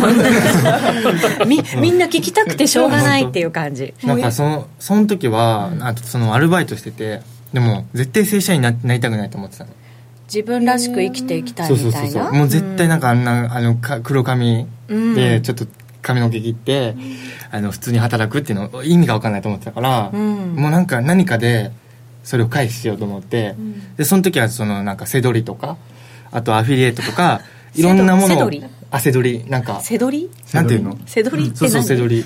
Speaker 1: んみみんな聞きたくてしょうがないっていう感じ
Speaker 9: なんかそのその時は、あとそのアルバイトしててでも絶対正社員にななりたくないと思ってたの
Speaker 1: 自分らしく生きていきたい
Speaker 9: そうそ
Speaker 1: み
Speaker 9: う
Speaker 1: た
Speaker 9: そう
Speaker 1: い
Speaker 9: そう
Speaker 1: な
Speaker 9: もう絶対なんかあんなあのか黒髪
Speaker 1: うん
Speaker 9: でちょっと髪の毛切って、あの普通に働くっていうの意味が分かんないと思ってたから、
Speaker 1: うん
Speaker 9: もうなんか何かでそれを回避しようと思って、でその時はそのなんか背取りとかあとアフィリエイト とかいろんなもの
Speaker 1: 背
Speaker 9: を
Speaker 1: 取り
Speaker 9: あ背取りなんか
Speaker 1: 背取り
Speaker 9: なんていうの
Speaker 1: 背取りって
Speaker 9: そう
Speaker 1: 何
Speaker 9: そう背取り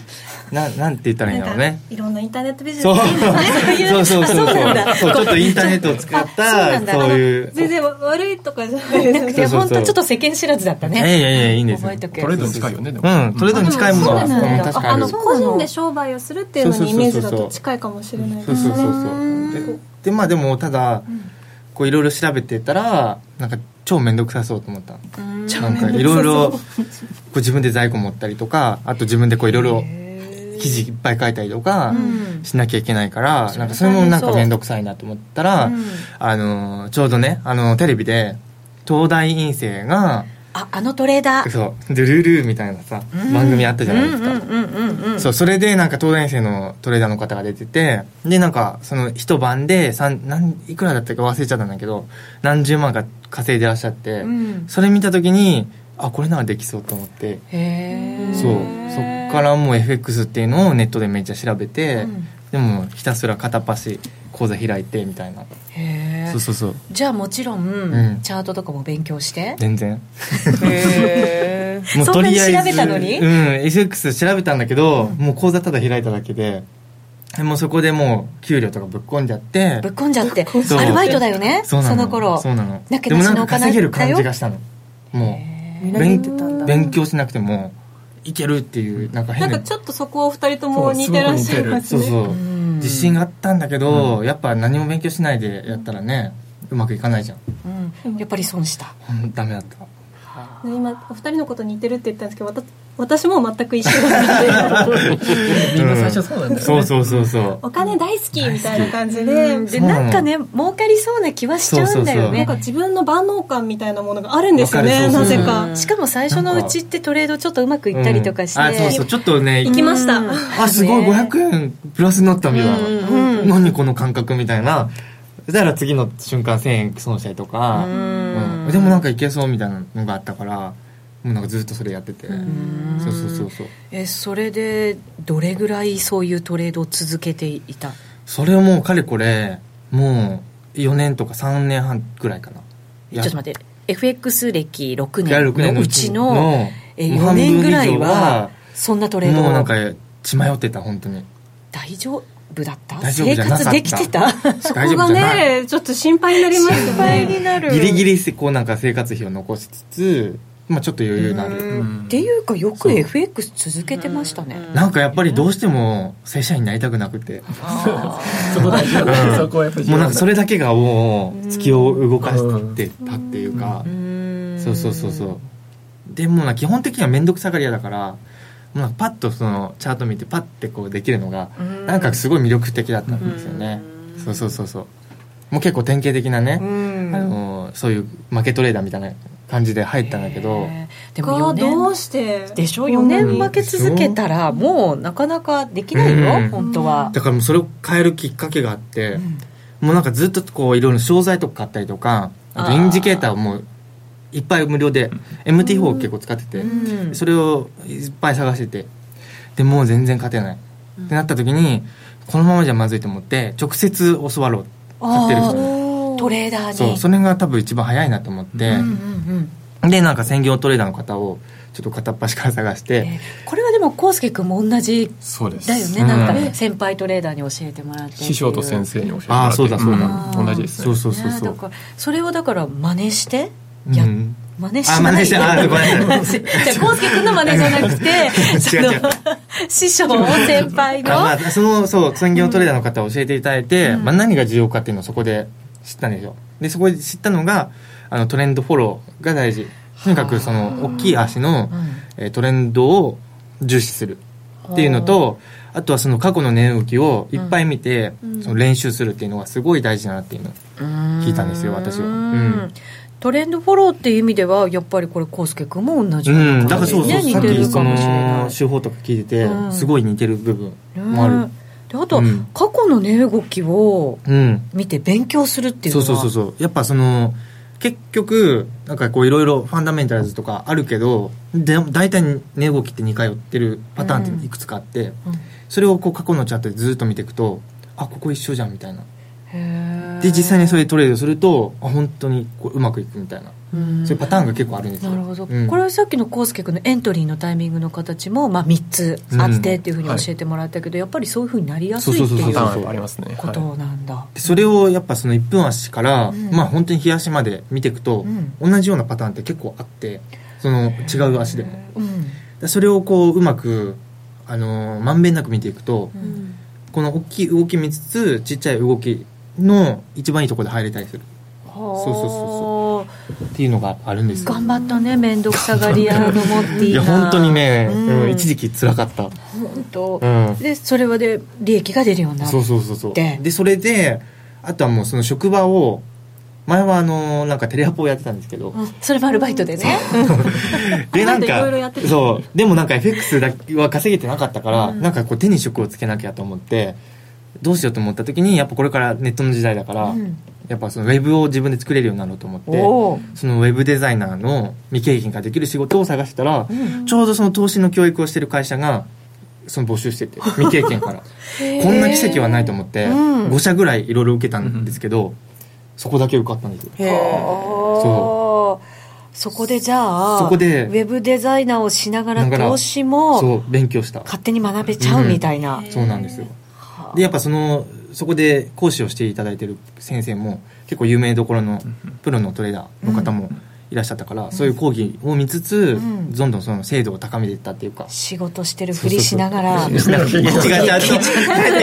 Speaker 9: ななんて言ったらいいんだ
Speaker 2: な
Speaker 9: ろ
Speaker 2: ん
Speaker 9: う
Speaker 2: か
Speaker 9: ね
Speaker 2: いろんなインターネットビジネス
Speaker 9: そう
Speaker 2: ね
Speaker 9: そうそうそうそうそうちょっとインターネットを使っ
Speaker 1: そうな
Speaker 9: た
Speaker 1: んだ
Speaker 9: そういう
Speaker 2: 全然わ悪いとかじゃないです
Speaker 1: いや
Speaker 9: そうそうそう
Speaker 1: 本当ちょっと世間知らずだった
Speaker 9: いや
Speaker 1: ね
Speaker 9: いやいやいいんですよ
Speaker 1: 覚えとけ
Speaker 4: トレードに近いよねでも
Speaker 9: うんトレードに近いものは
Speaker 1: そううなんだ
Speaker 9: ん確か
Speaker 2: あ
Speaker 9: に
Speaker 2: の個人で商売をするっていうのにイメージだと近いかもしれない
Speaker 9: そ
Speaker 2: で
Speaker 9: う
Speaker 2: す
Speaker 9: そうそう
Speaker 2: ね
Speaker 9: そうででまあでもただこういろいろ調べてたらなんか超面倒くさそうと思ったなんかいろいろこう自分で在庫持ったりとかあと自分でこういろいろ記事いっぱい書いたりとかしなきゃいけないから、なんかそれもなんか面倒くさいなと思ったら、あのちょうどねあのテレビで東大院生が
Speaker 1: ああのトレーダー
Speaker 9: そう「ドゥルルー」みたいなさ、番組あったじゃないですか、
Speaker 1: うんうんうん
Speaker 9: そうそれでなんか東大生のトレーダーの方が出ててでなんかその一晩で三何いくらだったか忘れちゃったんだけど何十万か稼いでらっしゃって、
Speaker 1: うん
Speaker 9: それ見た時にあこれならできそうと思って
Speaker 1: へえ
Speaker 9: そうそっからもう FX っていうのをネットでめっちゃ調べて、でもひたすら片っ端口座開いてみたいな
Speaker 1: へえ
Speaker 9: そうそうそう
Speaker 1: じゃあもちろん、
Speaker 9: ん
Speaker 1: チャートとかも勉強して
Speaker 9: 全然
Speaker 8: へ
Speaker 9: も う
Speaker 1: そん
Speaker 9: と
Speaker 1: なに
Speaker 9: りあえず
Speaker 1: 調べたのに
Speaker 9: うん FX 調べたんだけど、もう口座ただ開いただけでもうそこでもう給料とかぶっ込んじゃって
Speaker 1: ぶっこんじゃって
Speaker 9: そう
Speaker 1: アルバイトだよねそ
Speaker 9: な
Speaker 1: の頃
Speaker 9: そうなの
Speaker 1: だけ
Speaker 9: で
Speaker 1: ど
Speaker 9: もなん
Speaker 1: その
Speaker 9: か
Speaker 1: お金
Speaker 9: 稼げる感じがしたのもう勉勉強しなくてもいけるっていうなんか
Speaker 2: な
Speaker 9: 変
Speaker 2: ん
Speaker 9: な
Speaker 2: かちょっとそこを二人とも似てらっしゃいます
Speaker 9: そう
Speaker 2: ね
Speaker 9: そう自信があったんだけど、やっぱ何も勉強しないでやったらねうまくいかないじゃん
Speaker 1: うんやっぱり損した
Speaker 9: うんダメだった
Speaker 2: で今お二人のこと似てるって言ったんですけどわた私も全く一緒なん で
Speaker 9: みんな最初そうなんだよ、そうそうそう そう
Speaker 2: お金大好きみたいな感じ
Speaker 1: う
Speaker 2: で
Speaker 1: んで
Speaker 9: そうなの
Speaker 1: なんかね儲かりそうな気はしちゃうんだよ
Speaker 2: なん
Speaker 1: ね
Speaker 2: か自分の万能感みたいなものがあるんですよ
Speaker 9: わか
Speaker 2: ね
Speaker 9: るそう
Speaker 2: な
Speaker 9: そう
Speaker 2: ぜ
Speaker 1: う
Speaker 2: か
Speaker 1: んしかも最初のうちってトレードちょっとうまくいったりとかして、
Speaker 9: うんあそうそうちょっとね
Speaker 2: 行きました
Speaker 1: うん
Speaker 9: あすごい500円プラスになったみたいな、
Speaker 1: うんうん
Speaker 9: 何この感覚みたいなそしたら次の瞬間1000円損したりとか、
Speaker 1: ん
Speaker 9: うんでもなんかいけそうみたいなのがあったからもうなんかずっとそれやっててそうそうそうそう
Speaker 1: えそれでどれぐらいそういうトレードを続けていた
Speaker 9: それをもうかれこれもう4年とか3年半ぐらいかな
Speaker 1: ちょっと待って FX 歴6
Speaker 9: やる
Speaker 1: 年のうちのえ
Speaker 9: もう
Speaker 1: 4
Speaker 9: 半分以上
Speaker 1: 年ぐらいはそんなトレード
Speaker 9: もうなん
Speaker 1: を
Speaker 9: か血迷ってた本当に
Speaker 1: 大丈夫だった
Speaker 9: 大丈夫
Speaker 1: 生
Speaker 9: じゃなかった
Speaker 1: 活できてた
Speaker 2: そこ
Speaker 9: 大丈夫
Speaker 2: が
Speaker 9: じゃない
Speaker 2: ねちょっと心配になりますよね
Speaker 1: なる
Speaker 9: ギリギリせこうなんか生活費を残しつつ、まあ、ちょっと余裕のある
Speaker 1: っていうかよく FX 続けてましたね
Speaker 9: なんかやっぱりどうしても正社員になりたくなくて
Speaker 4: そこ大事
Speaker 9: うん
Speaker 4: だそこはやっぱり重
Speaker 9: も
Speaker 4: 要
Speaker 9: うなん
Speaker 4: だ
Speaker 9: かそれだけがもう月を動かしてたっていうか
Speaker 1: うん
Speaker 9: そうそうそうそうでもうな基本的には面倒くさがり屋だからもうなんかパッとそのチャート見てパッてこうできるのが
Speaker 1: うん
Speaker 9: なんかすごい魅力的だったんですよねそうそうそうそうもう結構典型的なね
Speaker 1: うん
Speaker 9: あのそういう負けトレーダーみたいな感じで入ったんだけど
Speaker 1: へーでも
Speaker 2: がど
Speaker 1: 4年
Speaker 2: うして
Speaker 1: でしょ
Speaker 2: うん
Speaker 1: 4年負け続けたらもうなかなかできないよ、
Speaker 9: うん
Speaker 1: 本当は、
Speaker 9: だからもうそれを変えるきっかけがあって、
Speaker 1: ん
Speaker 9: もうなんかずっとこういろいろ商材とか買ったりとかあと
Speaker 1: あー
Speaker 9: インジケーターをもういっぱい無料で MT4 を結構使ってて、
Speaker 1: うん
Speaker 9: それをいっぱい探しててでもう全然勝てない、ってなった時にこのままじゃまずいと思って直接教わろう買ってる人に
Speaker 1: トレーダーに
Speaker 9: そうそれが多分一番早いなと思って、
Speaker 1: うんうんうん
Speaker 9: でなんか専業トレーダーの方をちょっと片っ端から探して、
Speaker 1: えーこれはでも康介君も同じ
Speaker 4: そうです
Speaker 1: だよね、
Speaker 9: うん
Speaker 1: なんか先輩トレーダーに教えてもらってっていう
Speaker 4: 師匠と先生に教えてもらっ
Speaker 9: ああ
Speaker 4: て
Speaker 9: そうだそうだ、
Speaker 4: ん同じですね
Speaker 9: そうそうそう
Speaker 1: ね
Speaker 9: そ
Speaker 1: だ
Speaker 9: う
Speaker 1: からそれをだから真似してや、
Speaker 9: うん
Speaker 1: 真似し
Speaker 9: あ
Speaker 1: ない
Speaker 9: 真似してあごめんなさ い
Speaker 1: じゃあ康介君の真似じゃなくてそ
Speaker 9: 違う違う
Speaker 1: の師匠を先輩の、
Speaker 9: あまあ、そのそう産業トレーダーの方を教えていただいて、まあ、何が重要かっていうのをそこで知ったんですよでそこで知ったのがあのトレンドフォローが大事とにかくその大きい足の、えートレンドを重視するっていうのとあとはその過去の値動きをいっぱい見て、その練習するっていうのがすごい大事だなっていうのを聞いたんですよ私は
Speaker 1: う
Speaker 9: うんん、
Speaker 1: トレンドフォローっていう意味ではやっぱりこれ康介君も同じ
Speaker 9: う、
Speaker 1: よなん
Speaker 9: だ
Speaker 1: 感
Speaker 9: から
Speaker 1: じ
Speaker 9: そうそう、
Speaker 1: ね似
Speaker 9: さってき
Speaker 1: る
Speaker 9: そ
Speaker 1: かもしれ
Speaker 9: の
Speaker 1: ない
Speaker 9: 手法とか聞いてて、
Speaker 1: うん
Speaker 9: すごい似てる部分もあ
Speaker 1: うん
Speaker 9: る
Speaker 1: であとは
Speaker 9: うん
Speaker 1: 過去の値動きを
Speaker 9: うん
Speaker 1: 見て勉強するっていう
Speaker 9: そ
Speaker 1: の
Speaker 9: う
Speaker 1: は
Speaker 9: そうそうそうやっぱその結局なんかこういろいろファンダメンタルズとかあるけどで大体値動きって似通ってるパターンっていくつかあって、それをこう過去のチャートでずっと見ていくとあここ一緒じゃんみたいな
Speaker 1: へー
Speaker 9: で実際にそれでトレードするとあ本当にこううまくいくみたいな、
Speaker 1: うん
Speaker 9: そういうパターンが結構あるんですよ
Speaker 1: なるほど、
Speaker 9: うん
Speaker 1: これはさっきの康介君のエントリーのタイミングの形も、まあ、3つあってっていうふうに教えてもらったけど、やっぱりそういうふうになりやすいって
Speaker 9: そう
Speaker 1: い
Speaker 9: そうう
Speaker 4: パ
Speaker 9: そ
Speaker 4: ターンはや
Speaker 9: う
Speaker 4: っぱありますね
Speaker 1: こ
Speaker 4: はい
Speaker 1: となんだ
Speaker 9: でそれをやっぱその1分足から、まあ本当に日足まで見ていくと、同じようなパターンって結構あってその違う足でも。
Speaker 1: うん
Speaker 9: でそれをこううまくあのーまんべんなく見ていくと、この大きい動き見つつちっちゃい動きの一番いいところで入れたりする
Speaker 1: そう
Speaker 9: そうっていうのがあるんですよ
Speaker 1: 頑張ったね面倒くさがり屋のモッティが
Speaker 9: いや本当にね、
Speaker 1: うん
Speaker 9: うん一時期辛かった、
Speaker 1: 本当
Speaker 9: うん、
Speaker 1: でそれはで利益が出るようになる
Speaker 9: そうそうそうそう
Speaker 1: で
Speaker 9: でそれであとはもうその職場を前はあのーなんかテレアポをやってたんですけど、
Speaker 1: うんそれもアルバイトでね
Speaker 9: でなん
Speaker 2: いろいろや
Speaker 9: か
Speaker 2: ってた
Speaker 9: そうでもなんか FX だけは稼げてなかったから、なんかこう手に職をつけなきゃと思ってどうしようと思った時にやっぱこれからネットの時代だから、やっぱそのウェブを自分で作れるようになろうと思って
Speaker 1: おお
Speaker 9: そのウェブデザイナーの未経験ができる仕事を探してたら、ちょうどその投資の教育をしてる会社がその募集し てて未経験からこんな奇跡はないと思って、5社ぐらいいろいろ受けたんですけど、そこだけ受かったんですよ
Speaker 1: そそこでじゃあ
Speaker 9: そこで
Speaker 1: ウェブデザイナーをしながら
Speaker 9: ながら
Speaker 1: 投資も
Speaker 9: そう勉強した
Speaker 1: 勝手に学べちゃうみたいな、
Speaker 9: そうなんですよでやっぱそのそこで講師をしていただいてる先生も結構有名どころのプロのトレーダーの方もいらっしゃったから、そういう講義を見つつ、どんどんその精度を高めていったっていうか
Speaker 1: 仕事してるふりしながら
Speaker 9: 違う違う違う帰ってから 帰っ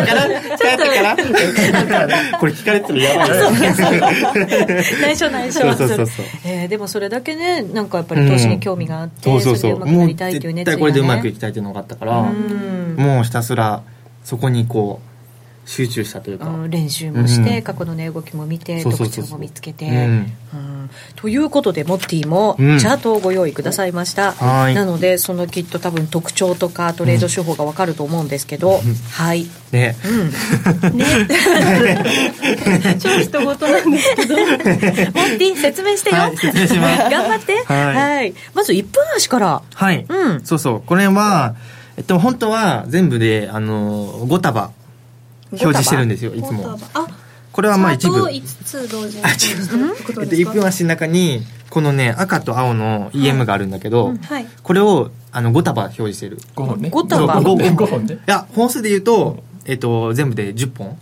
Speaker 9: てからこれ聞かれてるやばい
Speaker 1: 内緒内緒そうそうそうえでもそれだけねなんかやっぱり投資に興味があって、 それでうまくなりたいっていう熱意が、ね、
Speaker 9: これでうまくいきたいっていうのがあったからもうひたすらそこにこう集中したというか、
Speaker 1: うん、練習もして、うん、過去の、ね、動きも見て特徴も見つけて、うん、ということでモッティもチャートをご用意くださいました、なのでそのきっと多分特徴とかトレード手法が分かると思うんですけど、はい
Speaker 9: ね、
Speaker 1: うん 、ね超人事なんです けどモッティ説明してよ、はい、
Speaker 9: 説明します
Speaker 1: 頑張って、はい、はい、まず1分足から
Speaker 9: はい、うん、そうそうこれはえっと本当は全部であの5束表示してるんですよいつもこれはまあ一部
Speaker 2: 5つ同時に
Speaker 9: 1分足の中にこのね赤と青の EM があるんだけど、これをあの5束表示してる
Speaker 4: 5本ね
Speaker 1: 5束
Speaker 9: 5本ねいや本数で言うと、えっと、全部で10本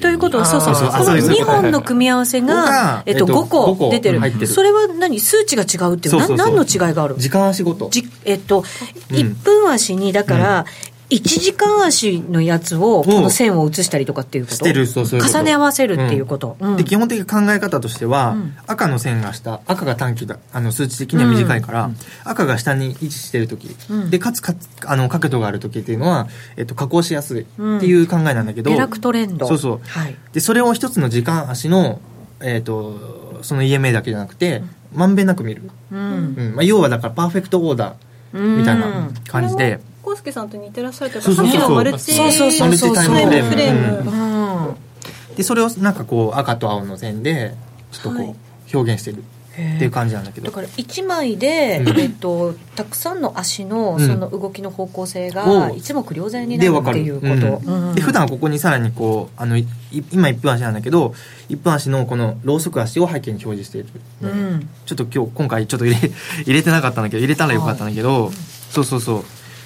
Speaker 1: ということはそうそうそうこの2本の組み合わせが、えっと、5個出てるそれは何数値が違うっていう何の違いがある
Speaker 9: 時間足ごと
Speaker 1: えっと1分足にだから、1時間足のやつをこの線を移したりとかっていうこと重ね合わせるっていうこと、
Speaker 9: で基本的考え方としては、赤の線が下赤が短期だあの数値的には短いから、赤が下に位置してる時、でかつかつあの角度がある時っていうのは、えっと、加工しやすいっていう考えなんだけど、
Speaker 1: 下落トレンド
Speaker 9: そうそう、でそれを一つの時間足の、えっと、その EMA だけじゃなくてまんべんなく見る、うんまあ、要はだからパーフェクトオーダーみたいな感じで。
Speaker 2: 康介さんと似てらっしゃるというかさっきのマルチタイムフレーム
Speaker 9: でそれをなんかこう赤と青の線でちょっとこう表現してるっていう感じなんだけど、
Speaker 1: だから1枚で、えっと、たくさんの足のその動きの方向性が一目瞭然になるっていうこと
Speaker 9: うん、で普段ここにさらにこうあの今1分足なんだけど1分足のこのローソク足を背景に表示している、ちょっと今日今回ちょっと入れ 入れてなかったんだけど入れたらよかったんだけど、そうそうそう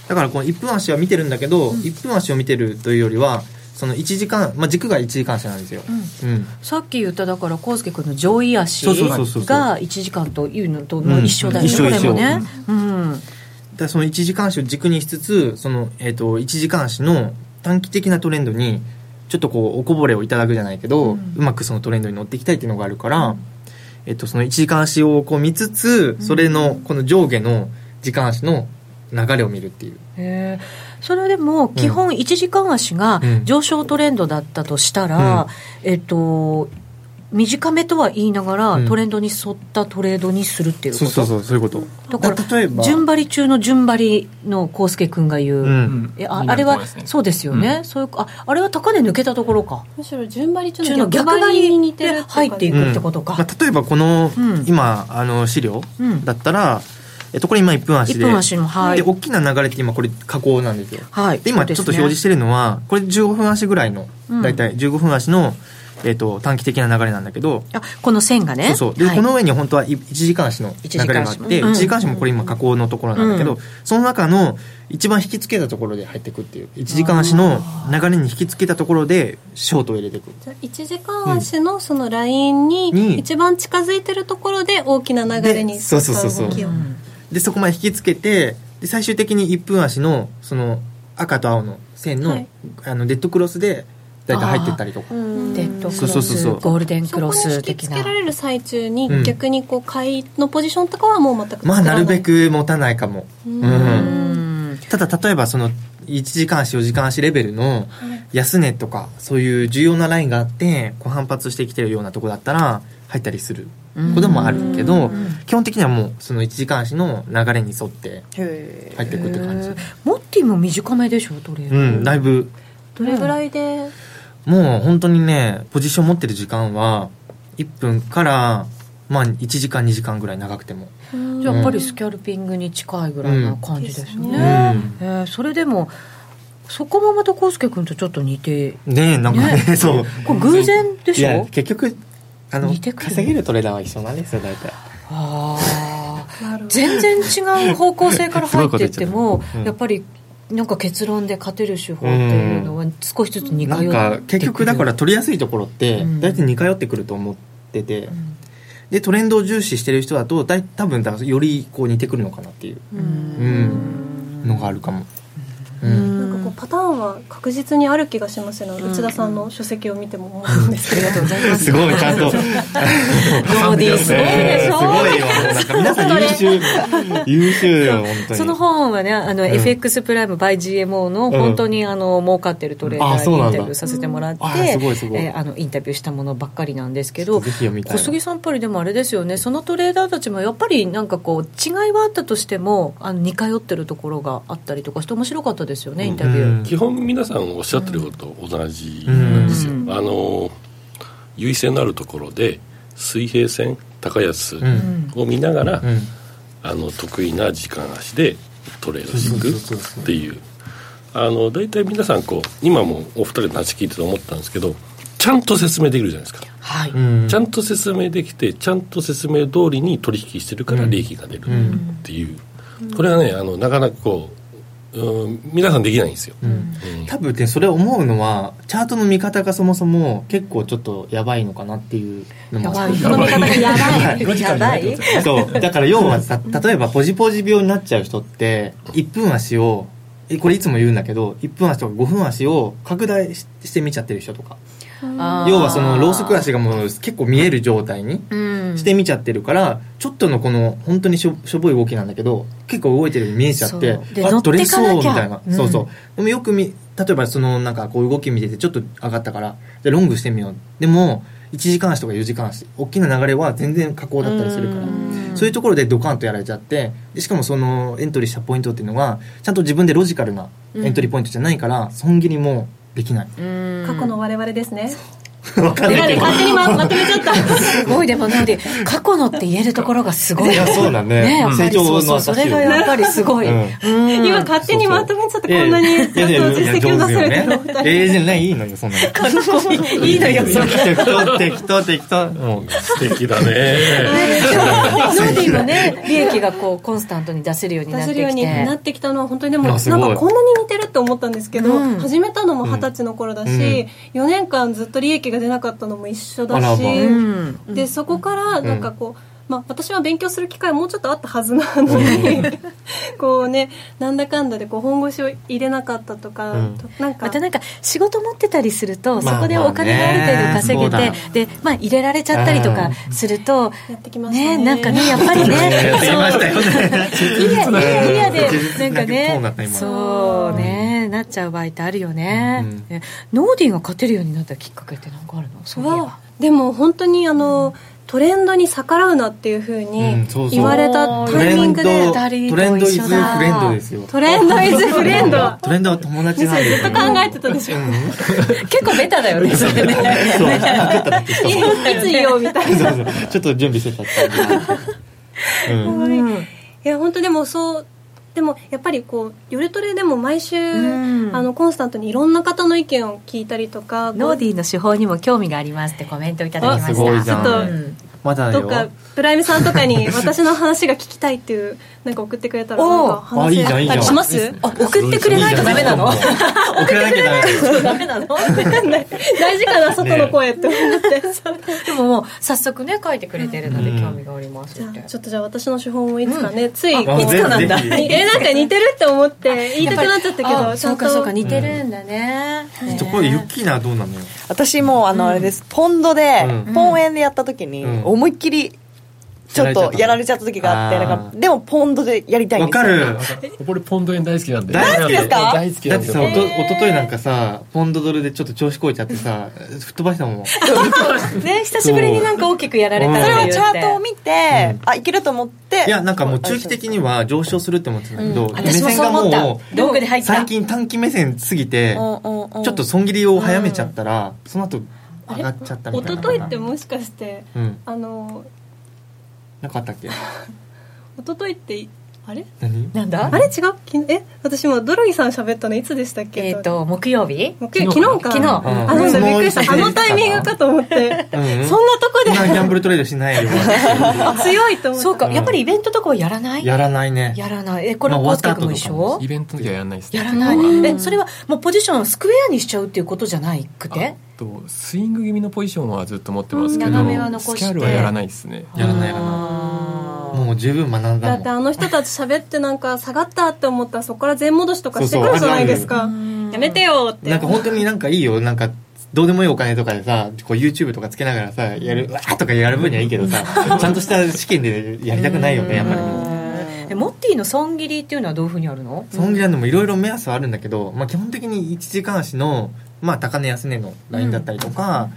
Speaker 9: だからこの1分足は見てるんだけど、うん、1分足を見てるというよりはその1時間、まあ、軸が1時間足なんですよ、
Speaker 1: さっき言っただから康介君の上位足が1時間というのと一緒だよね、うん、これもね、うん、
Speaker 9: だその1時間足を軸にしつつその、えー、と1時間足の短期的なトレンドにちょっとこうおこぼれをいただくじゃないけど、うん、うまくそのトレンドに乗っていきたいっていうのがあるから、えー、とその1時間足をこう見つつそれのこの上下の時間足の流れを見るっていう
Speaker 1: それでも基本1時間足が上昇トレンドだったとしたら、うん、えっと短めとは言いながら、うん、トレンドに沿ったトレードにするっていうこと
Speaker 9: そうそうそういうこと
Speaker 1: だから順張り中の順張りの康介君が言う、うん、えああれは、ね、そうですよね、そういうああれは高値抜けたところか
Speaker 2: むしろ順張り中の逆張りに似てる
Speaker 1: 入っていくってことか、
Speaker 9: まあ、例えばこの、今あの資料だったら、えっと、これ今1分足で
Speaker 1: 分足も、はい、
Speaker 9: で大きな流れって今これ加工なんですよ、
Speaker 1: はい、
Speaker 9: で今ちょっと表示してるのはこれ15分足ぐらいの、うん、大体15分足の、えっと、短期的な流れなんだけど
Speaker 1: あこの線がね
Speaker 9: そうそうで、はい、この上に本当は1時間足の流れがあって,時,うん、1時間足もこれ今加工のところなんだけど、うん、その中の一番引き付けたところで入っていくっていう1時間足の流れに引き付けたところでショートを入れていく
Speaker 2: じゃ1時間足のそのラインに一番近づいてるところで大きな流れに
Speaker 9: そうそうそうそうでそこまで引きつけてで最終的に1分足のその赤と青の線の,はい、あのデッドクロスで大体入ってったりとかデ
Speaker 1: ッドクロスゴールデンクロス的
Speaker 2: そ
Speaker 1: な
Speaker 2: こに引きつけられる最中に、うん、逆にこう買いのポジションとかはもう全く
Speaker 9: まあなるべく持たないかもうんただ例えばその1時間足4時間足レベルの安値とかそういう重要なラインがあってこう反発してきてるようなとこだったら入ったりすることもあるけど基本的にはもうその1時間足の流れに沿って入っていくって感じ
Speaker 1: モッティも短めでしょトレード
Speaker 9: うんだいぶ
Speaker 2: どれぐらいで、
Speaker 9: うん、もう本当にねポジション持ってる時間は1分からまあ1時間2時間ぐらい長くても
Speaker 1: じゃあやっぱりスキャルピングに近いぐらいな感じですね、うん、えー、それでもそこもまた康介君とちょっと似て
Speaker 9: ねえなんかね、ね、 そう
Speaker 1: これ偶然でしょ
Speaker 9: 結局あの稼げるトレーダーは一緒なんですよ大体
Speaker 1: ああ全然違う方向性から入ってい ってもうん、やっぱりなんか結論で勝てる手法っていうのは少しずつ似通って
Speaker 9: くる、うん、結局だから取りやすいところって大体似通ってくると思ってて、うんでトレンドを重視してる人だとだい多分だよりこう似てくるのかなっていううんのがあるかも。うん
Speaker 2: なんかこうパターンは確実にある気がしますよね、内田さんの書籍を見ても思うんですけれど、
Speaker 9: すごいちゃ んと。
Speaker 1: ノーディースね
Speaker 9: すごいよ。なんか皆さん優秀優秀よ本当に。
Speaker 1: その本はねあの、
Speaker 9: うん
Speaker 1: FX プライム by GMO の本当にあの儲かってるトレーダ
Speaker 9: あそう
Speaker 1: ー
Speaker 9: な
Speaker 1: にイン
Speaker 9: んだ
Speaker 1: タビューさせてもらって
Speaker 9: あすごいすごい
Speaker 1: えーあのインタビューしたものばっかりなんですけど
Speaker 9: ぜひ読みたい
Speaker 1: 小
Speaker 9: な
Speaker 1: 杉さんやっぱりでもあれですよねそのトレーダーたちもやっぱりなんかこう違いはあったとしてもあの似通ってるところがあったりとかして面白かったですよねインタビュー。
Speaker 9: うん
Speaker 7: 基本皆さんおっしゃってること同じなんですよ、
Speaker 1: うん
Speaker 7: あの優位性のあるところで水平線高安
Speaker 9: うん
Speaker 7: を見ながら、
Speaker 9: うん
Speaker 7: あの得意な時間足でトレードしてい
Speaker 9: そうそうそう
Speaker 7: く
Speaker 9: そう
Speaker 7: っていうあの大体皆さんこう今もお二人の話聞いてて思ったんですけどちゃんと説明できるじゃないですか、
Speaker 1: はい、
Speaker 9: うん
Speaker 7: ちゃんと説明できてちゃんと説明通りに取引してるから
Speaker 9: うん
Speaker 7: 利益が出る
Speaker 9: うん
Speaker 7: っていう、これはねあのなかなかこう、うん、皆さんできないんですよ、うん
Speaker 9: 多分ねそれ思うのはチャートの見方がそもそも結構ちょっとやばいのかなっていうのもあって
Speaker 1: やばいやばいやばい
Speaker 9: ロジカルになってますそうだから要はさ例えばポジポジ病になっちゃう人って1分足をえこれいつも言うんだけど1分足とか5分足を拡大しして見ちゃってる人とか 要はそのローソク足がもう結構見える状態に
Speaker 1: し
Speaker 9: して見ちゃってるからちょっとのこの本当にしょしょぼい動きなんだけど結構動いてるように見えちゃって
Speaker 1: そうで乗
Speaker 9: あ
Speaker 1: って
Speaker 9: 取れそう
Speaker 1: かな
Speaker 9: み
Speaker 1: きゃ
Speaker 9: たいな、
Speaker 1: うん
Speaker 9: そうそうでもよく見例えばそのなんかこう動き見ててちょっと上がったからじゃあロングしてみようでも1時間足とか4時間足大きな流れは全然下降だったりするからそういうところでドカンとやられちゃってでしかもそのエントリーしたポイントっていうのがちゃんと自分でロジカルなエントリーポイントじゃないから損切りもできない、
Speaker 2: 過去の我々ですね、
Speaker 9: わかんない
Speaker 1: 勝
Speaker 9: けど
Speaker 1: 手にまとめちゃったすごいでもなんで過去のって言えるところがすごい
Speaker 9: いやそうだね
Speaker 1: やっぱり
Speaker 9: 成長の
Speaker 1: そうそうそれが
Speaker 9: 証し
Speaker 1: やっぱりすごい、
Speaker 9: うん
Speaker 1: うん
Speaker 2: 今勝手にまとめちゃってこんなに
Speaker 9: いや
Speaker 2: ちゃんと実績を出せるけど
Speaker 9: いやいやいや上手よねええじゃないいいのよそんなの
Speaker 1: いいのよそれ
Speaker 9: 適当適当適当もう
Speaker 7: 素敵だ ね
Speaker 1: ノーディーもね利益がこうコンスタントに出せるように
Speaker 2: 出
Speaker 1: なっ
Speaker 2: せ
Speaker 1: て
Speaker 2: るよう
Speaker 1: き
Speaker 2: にな
Speaker 1: て
Speaker 2: ってきたのは本当にでもなん
Speaker 9: あすご
Speaker 2: か
Speaker 9: い
Speaker 2: こんなに似てるって思ったんですけど、
Speaker 1: うん
Speaker 2: 始めたのも二十歳の頃だし、
Speaker 9: うん
Speaker 2: 4年間ずっと利益が出なかったのも一緒だ
Speaker 9: あら
Speaker 2: し、
Speaker 9: まあ
Speaker 1: うん
Speaker 2: でそこからなんかこう、まあ、私は勉強する機会もうちょっとあったはずなのに、 こうねなんだかんだでこう本腰を入れなかったとか、
Speaker 9: うん
Speaker 2: となんか
Speaker 1: またなんか仕事持ってたりするとそ
Speaker 9: まあ
Speaker 1: こでお金がある程度稼げ
Speaker 9: まあね
Speaker 1: てでまあ入れられちゃったりとかすると
Speaker 2: やってきました
Speaker 1: ね
Speaker 2: ね
Speaker 1: なんかねやっぱりね
Speaker 9: やっていましたよね
Speaker 1: いやいやいやでなんか
Speaker 9: そうだった
Speaker 1: ね
Speaker 9: 今
Speaker 1: そうねなっちゃう場合ってあるよね
Speaker 9: うん
Speaker 1: ねノーディーが勝てるようになったきっかけって何かあるのそういえば
Speaker 2: はでも本当にあの、トレンドに逆らうなっていうふう
Speaker 9: う
Speaker 2: に
Speaker 9: んそうそう
Speaker 2: 言われた
Speaker 9: ト
Speaker 2: タイ
Speaker 9: レ
Speaker 2: ミン
Speaker 9: ン
Speaker 2: グ
Speaker 9: ド
Speaker 2: で、
Speaker 1: タイミングで
Speaker 9: トレンドイズフレンドですよ
Speaker 2: トレンドイズフレンド
Speaker 9: トレンドは友達なんです
Speaker 2: ずっと考えてたでしょ
Speaker 1: 結構ベタだよねそれね
Speaker 9: そう分かっただけ人も
Speaker 2: いつ言おうみたいな
Speaker 9: そうそうちょっと準備してたっていううん
Speaker 2: いや本当でもそうでもやっぱりこう夜トレでも毎週、
Speaker 1: ん
Speaker 2: あのコンスタントにいろんな方の意見を聞いたりとかこう
Speaker 1: ノーディーの手法にも興味がありますってコメントいただきま
Speaker 9: あすごい
Speaker 1: し
Speaker 9: じ
Speaker 1: た
Speaker 9: ゃん
Speaker 2: ちょっと
Speaker 1: うん
Speaker 9: まだ
Speaker 2: と
Speaker 9: よ
Speaker 2: かプライムさんとかに私の話が聞きたいっていうなんか送ってくれたらなん
Speaker 1: お
Speaker 2: か
Speaker 1: う
Speaker 9: あいい
Speaker 2: 話
Speaker 9: じゃんい
Speaker 2: せ
Speaker 9: いじ
Speaker 2: た
Speaker 9: ゃん
Speaker 2: りします
Speaker 1: あ送ってくれないとダメなの
Speaker 9: 送らなきゃダメだよ
Speaker 1: ダメなの
Speaker 2: 大事かな外の声って思 って、
Speaker 1: でももう早速ね書いてくれてるので興味があります
Speaker 2: じゃ
Speaker 1: って
Speaker 2: あちょっとじゃあ私の手法もいつかね、つい
Speaker 1: あ
Speaker 2: こう
Speaker 1: いつかなんだ
Speaker 9: ぜひぜひ
Speaker 2: えなんか似てるって思って言いたくなっちゃったけ
Speaker 1: やっぱ
Speaker 2: ど
Speaker 1: り
Speaker 2: ちゃ
Speaker 1: そうん
Speaker 2: と
Speaker 1: かそうか似てるんだねね
Speaker 9: ところでユッキーナはどうなのよ
Speaker 8: 私もあのあれです、ポンドで、
Speaker 9: うん
Speaker 8: ポン円でやった時に、
Speaker 9: うん
Speaker 8: 思いっきりちょっとやられちゃった時があって
Speaker 9: やられちゃった
Speaker 8: なんかでもポンドでやりたいん
Speaker 9: わ
Speaker 8: ですよ
Speaker 9: かる
Speaker 4: 俺ポンド円大好きなんで
Speaker 9: 大好きです
Speaker 8: か
Speaker 4: 大好きな
Speaker 9: だ
Speaker 4: ん
Speaker 9: っ
Speaker 4: で
Speaker 9: て
Speaker 4: す
Speaker 9: さ、
Speaker 4: よ
Speaker 9: おとおとといなんかさポンドドルでちょっと調子こいちゃってさ吹っ飛ばしたもん
Speaker 1: 久しぶりになんか大きくやられた
Speaker 8: そ
Speaker 1: っ
Speaker 9: う
Speaker 1: て
Speaker 9: ん
Speaker 8: れ
Speaker 1: 言っ
Speaker 8: はチ
Speaker 1: て
Speaker 8: ャートを見て、あいけると思って
Speaker 9: いやなんかもう中期的には上昇するって思ってたんだけど、目
Speaker 1: 私も
Speaker 9: 線
Speaker 1: そう
Speaker 9: が
Speaker 1: 思った
Speaker 9: も
Speaker 1: 道具で入
Speaker 9: う
Speaker 1: った
Speaker 9: 最近短期目線すぎて、
Speaker 8: うんうんうん
Speaker 9: ちょっと損切りを早めちゃったら、その後上がっちゃったみ
Speaker 2: 一
Speaker 9: たいな
Speaker 2: 昨日ってもしかして
Speaker 9: うん
Speaker 2: あの
Speaker 9: なかったっけ
Speaker 2: 一昨日ってあれ
Speaker 9: 何
Speaker 1: なんだ
Speaker 2: あれ違うきえ私今ドラギさん喋ったのいつでしたっけ
Speaker 1: えっ、と木曜日
Speaker 2: 木曜日昨日か
Speaker 1: 昨日
Speaker 2: あそうだびっくりしたあのタイミングかと思って
Speaker 9: うんうん
Speaker 2: そんなとこ
Speaker 9: そんなギャン
Speaker 2: で
Speaker 9: ブルトレードしないよ
Speaker 2: 強いと思って
Speaker 1: そうかやっぱりイベントとかはやらない
Speaker 9: やらないね
Speaker 1: やらないえこれ
Speaker 9: まあ
Speaker 1: コスケ君も一
Speaker 9: 終わ
Speaker 1: 緒
Speaker 4: イベントの時はやらないですね
Speaker 1: やらないえそれはもうポジションをスクエアにしちゃうっていうことじゃないく
Speaker 4: あ
Speaker 1: て
Speaker 4: とスイング気味のポジションはずっと持ってますけ
Speaker 1: う
Speaker 4: ど、
Speaker 1: ん斜めは残して
Speaker 4: スキャルはやらないですね
Speaker 9: やらないやらな
Speaker 1: あ
Speaker 9: いもう十分学んだもん
Speaker 2: だってあの人たち喋ってなんか下がったって思ったらそこから全戻しとかしてくるじゃないですかやめてよって
Speaker 9: なんか本当になんかいいよなんかどうでもいいお金とかでさこう YouTube とかつけながらさやるうわーとかやる分にはいいけどさちゃんとした試験でやりたくないよねやっぱり
Speaker 1: ーえモッティの損切りっていうのはどういうふうにあるの
Speaker 9: そんぐらいのもいろいろ目安はあるんだけど、まあ、基本的に1時間足の、まあ、高値安値のラインだったりとか、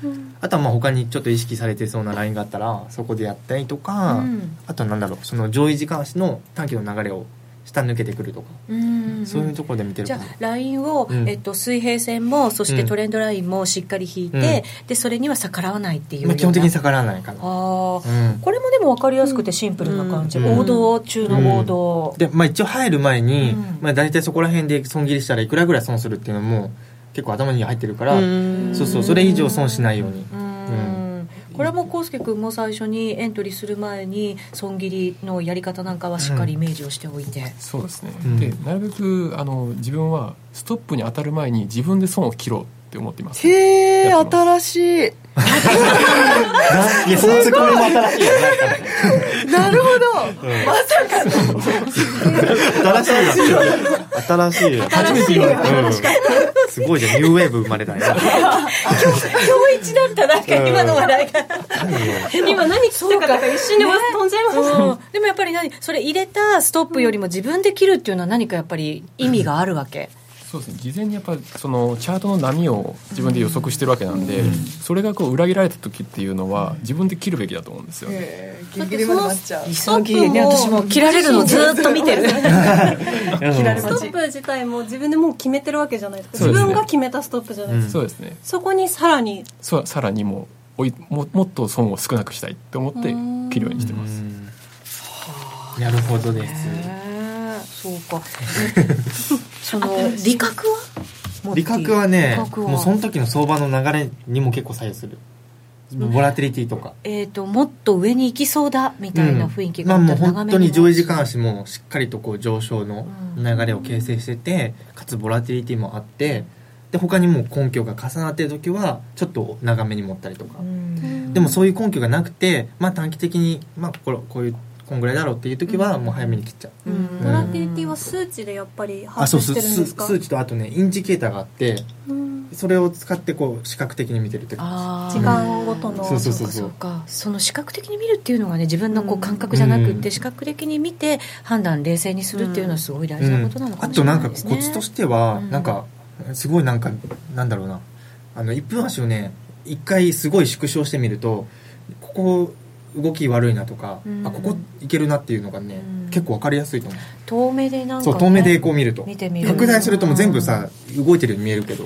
Speaker 9: あとはまあ他にちょっと意識されてそうなラインがあったらそこでやったりとか、
Speaker 1: うん
Speaker 9: あとはなんだろうその上位時間足の短期の流れを下抜けてくるとか、
Speaker 1: うん
Speaker 9: そういうところで見てる
Speaker 1: じ
Speaker 9: か
Speaker 1: ゃあ
Speaker 9: な。
Speaker 1: ラインを、
Speaker 9: うん
Speaker 1: えっと、水平線もそしてトレンドラインもしっかり引いて、でそれには逆らわないっていうよう
Speaker 9: まあ、
Speaker 1: な
Speaker 9: 基本的に逆らわないかな、
Speaker 1: ああ
Speaker 9: うん、
Speaker 1: これもでも分かりやすくてシンプルな感じ、
Speaker 9: うん
Speaker 1: 王道中の王道、
Speaker 9: で、まあ、一応入る前に、
Speaker 1: うん
Speaker 9: まあ、大体そこら辺で損切りしたらいくらぐらい損するっていうのも結構頭に入ってるからそうそうそれ以上損しないように
Speaker 1: うーんこれはもう康介君も最初にエントリーする前に損切りのやり方なんかはしっかりイメージをしておいて、
Speaker 4: そうですね、
Speaker 9: うん
Speaker 4: でなるべくあの自分はストップに当たる前に自分で損を切ろうって思っています
Speaker 8: へえ新しい
Speaker 9: だいやそのツッコミも新しいよ
Speaker 8: なるほど、まさかの
Speaker 9: 新しいよ新しいよ初めて言われた、うんすごいじゃんニューウェーブ生まれたよ
Speaker 1: 今日一だったなんか今の笑いが、
Speaker 2: 今何聞いたかとか一瞬で飛んじゃいました
Speaker 1: うんでもやっぱり何それ入れたストップよりも自分で切るっていうのは何かやっぱり意味があるわけ、
Speaker 4: そうですね事前にやっぱそのチャートの波を自分で予測してるわけなんで、それがこう裏切られた時っていうのは自分で切るべきだと思うんですよね、
Speaker 8: ギリギリまで待っちゃう
Speaker 1: 急ぎね私もう切られるのずーっと見てる
Speaker 8: 切られ
Speaker 2: ス
Speaker 8: 待
Speaker 2: トッ
Speaker 8: ち
Speaker 2: プ自体も自分でもう決めてるわけじゃないですか
Speaker 4: そうです
Speaker 2: 自
Speaker 4: ね
Speaker 2: 分が決めたストップじゃないですか、
Speaker 4: そうですね
Speaker 2: そこにさらに
Speaker 4: そさらにもうおいももっと損を少なくしたいと思って切るようにしてます
Speaker 9: なるほどです
Speaker 1: へーそうか その理覚はモッティ
Speaker 9: 理覚はね
Speaker 1: 理覚は
Speaker 9: もうその時の相場の流れにも結構左右するボラティリティとか
Speaker 1: えー、ともっと上に行きそうだみたいな雰囲気
Speaker 9: ま
Speaker 1: が
Speaker 9: あ
Speaker 1: あっ
Speaker 9: も
Speaker 1: た
Speaker 9: う
Speaker 1: ら長
Speaker 9: 本
Speaker 1: め
Speaker 9: 当に上位時間
Speaker 1: し
Speaker 9: 足もしっかりとこう上昇の流れを形成してて、かつボラティリティもあってで他にも根拠が重なってる時はちょっと長めに持ったりとか、でもそういう根拠がなくて、まあ、短期的に、まあ、これこういうこんぐらいだろうっていう時はもう早めに切っちゃう、
Speaker 2: ボラティリティは数値でやっぱり
Speaker 9: あ
Speaker 2: 発
Speaker 9: そう
Speaker 2: 表し
Speaker 9: す
Speaker 2: てるんです
Speaker 9: す
Speaker 2: か
Speaker 9: 数値とあとねインジケーターがあって
Speaker 2: うん
Speaker 9: それを使ってこう視覚的に見てるって感
Speaker 1: あー
Speaker 2: 時間ごとの
Speaker 9: そうそうそう
Speaker 1: そ
Speaker 9: そうう
Speaker 1: かその視覚的に見るっていうのがね自分のこう感覚じゃなく
Speaker 9: う
Speaker 1: て
Speaker 9: ん
Speaker 1: 視覚的に見て判断冷静にするっていうのはすごい大事なことなのか
Speaker 9: あ
Speaker 1: もしれ
Speaker 9: と
Speaker 1: な
Speaker 9: ないんか
Speaker 1: ですね、
Speaker 9: コツとしては、
Speaker 1: うん
Speaker 9: なんかすごいなんかなんだろうなあの1分足をね一回すごい縮小してみるとここ動き悪いなとか、
Speaker 1: うん
Speaker 9: あここいけるなっていうのがね、
Speaker 1: うん
Speaker 9: 結構わかりやすいと思う、
Speaker 1: 遠目でなんか、
Speaker 9: そう遠目でこう見ると
Speaker 1: 見てみる
Speaker 9: 拡大するともう全部さ動いてるように見えるけど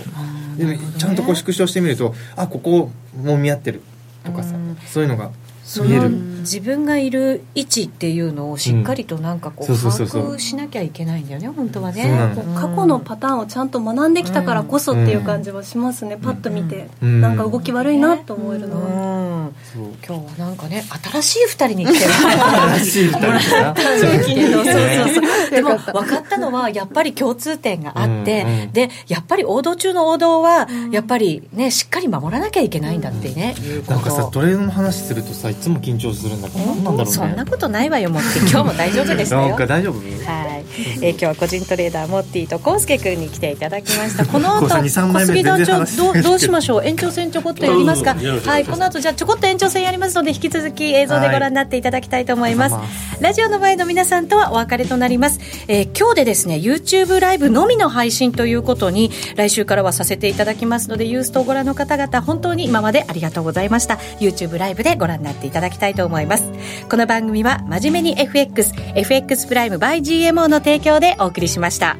Speaker 9: でもちゃんとこう縮小してみるとあここもみ合ってるとかさ、
Speaker 1: うん
Speaker 9: そういうのが
Speaker 1: そ
Speaker 9: 見え
Speaker 1: の
Speaker 9: る
Speaker 1: 自分がいる位置っていうのをしっかりとなんかこう
Speaker 9: うん
Speaker 1: 把
Speaker 9: そうそうそうそう
Speaker 1: 握しなきゃいけないんだよね本当はね
Speaker 9: そうなの
Speaker 2: こう過去のパターンをちゃんと学んできたからこそっていう感じはしますね、パッと見て、
Speaker 9: うん
Speaker 2: なんか動き悪いなと思える
Speaker 1: う
Speaker 2: のは、
Speaker 1: ん
Speaker 9: そう
Speaker 1: 今日はなんかね新しい二人に来 てる
Speaker 9: 新しい2人だ な
Speaker 1: そうそうそうでも
Speaker 8: よか
Speaker 1: 分かったのはやっぱり共通点があって、
Speaker 9: うんうん
Speaker 1: でやっぱり王道中の王道はやっぱりねしっかり守らなきゃいけないんだってね、いうこ
Speaker 9: なんかさ
Speaker 1: と
Speaker 9: トレードの話するとさいつも緊張するんだからなんなんだろうね
Speaker 1: そんなことないわよもって 今日も大丈夫でした
Speaker 9: な
Speaker 1: よ
Speaker 9: んか大丈夫
Speaker 1: はい、えー今日は個人トレーダーモッティとコウスケ君に来ていただきました。この後、
Speaker 9: コウさん二三
Speaker 1: 小
Speaker 9: 枚目
Speaker 1: 杉
Speaker 9: 全
Speaker 1: 団
Speaker 9: 然
Speaker 1: 長
Speaker 9: 話してな
Speaker 1: ど
Speaker 9: いけ
Speaker 1: う
Speaker 9: ど
Speaker 1: どうしましょう。延長戦ちょこっとやりますか。
Speaker 7: うんうん
Speaker 1: はい、この後じゃあちょこっと延長戦やりますので引き続き映像でご覧になっていただきたいと思います。
Speaker 9: はい
Speaker 1: ラジオの前の皆さんとはお別れとなります。えー今日でですね、YouTube ライブのみの配信ということに来週からはさせていただきますので、ユーストをご覧の方々本当に今までありがとうございました。YouTube ライブでご覧になっていただきたいと思います。この番組は真面目に FX、FX プライム by GMO の提供でお送りしました。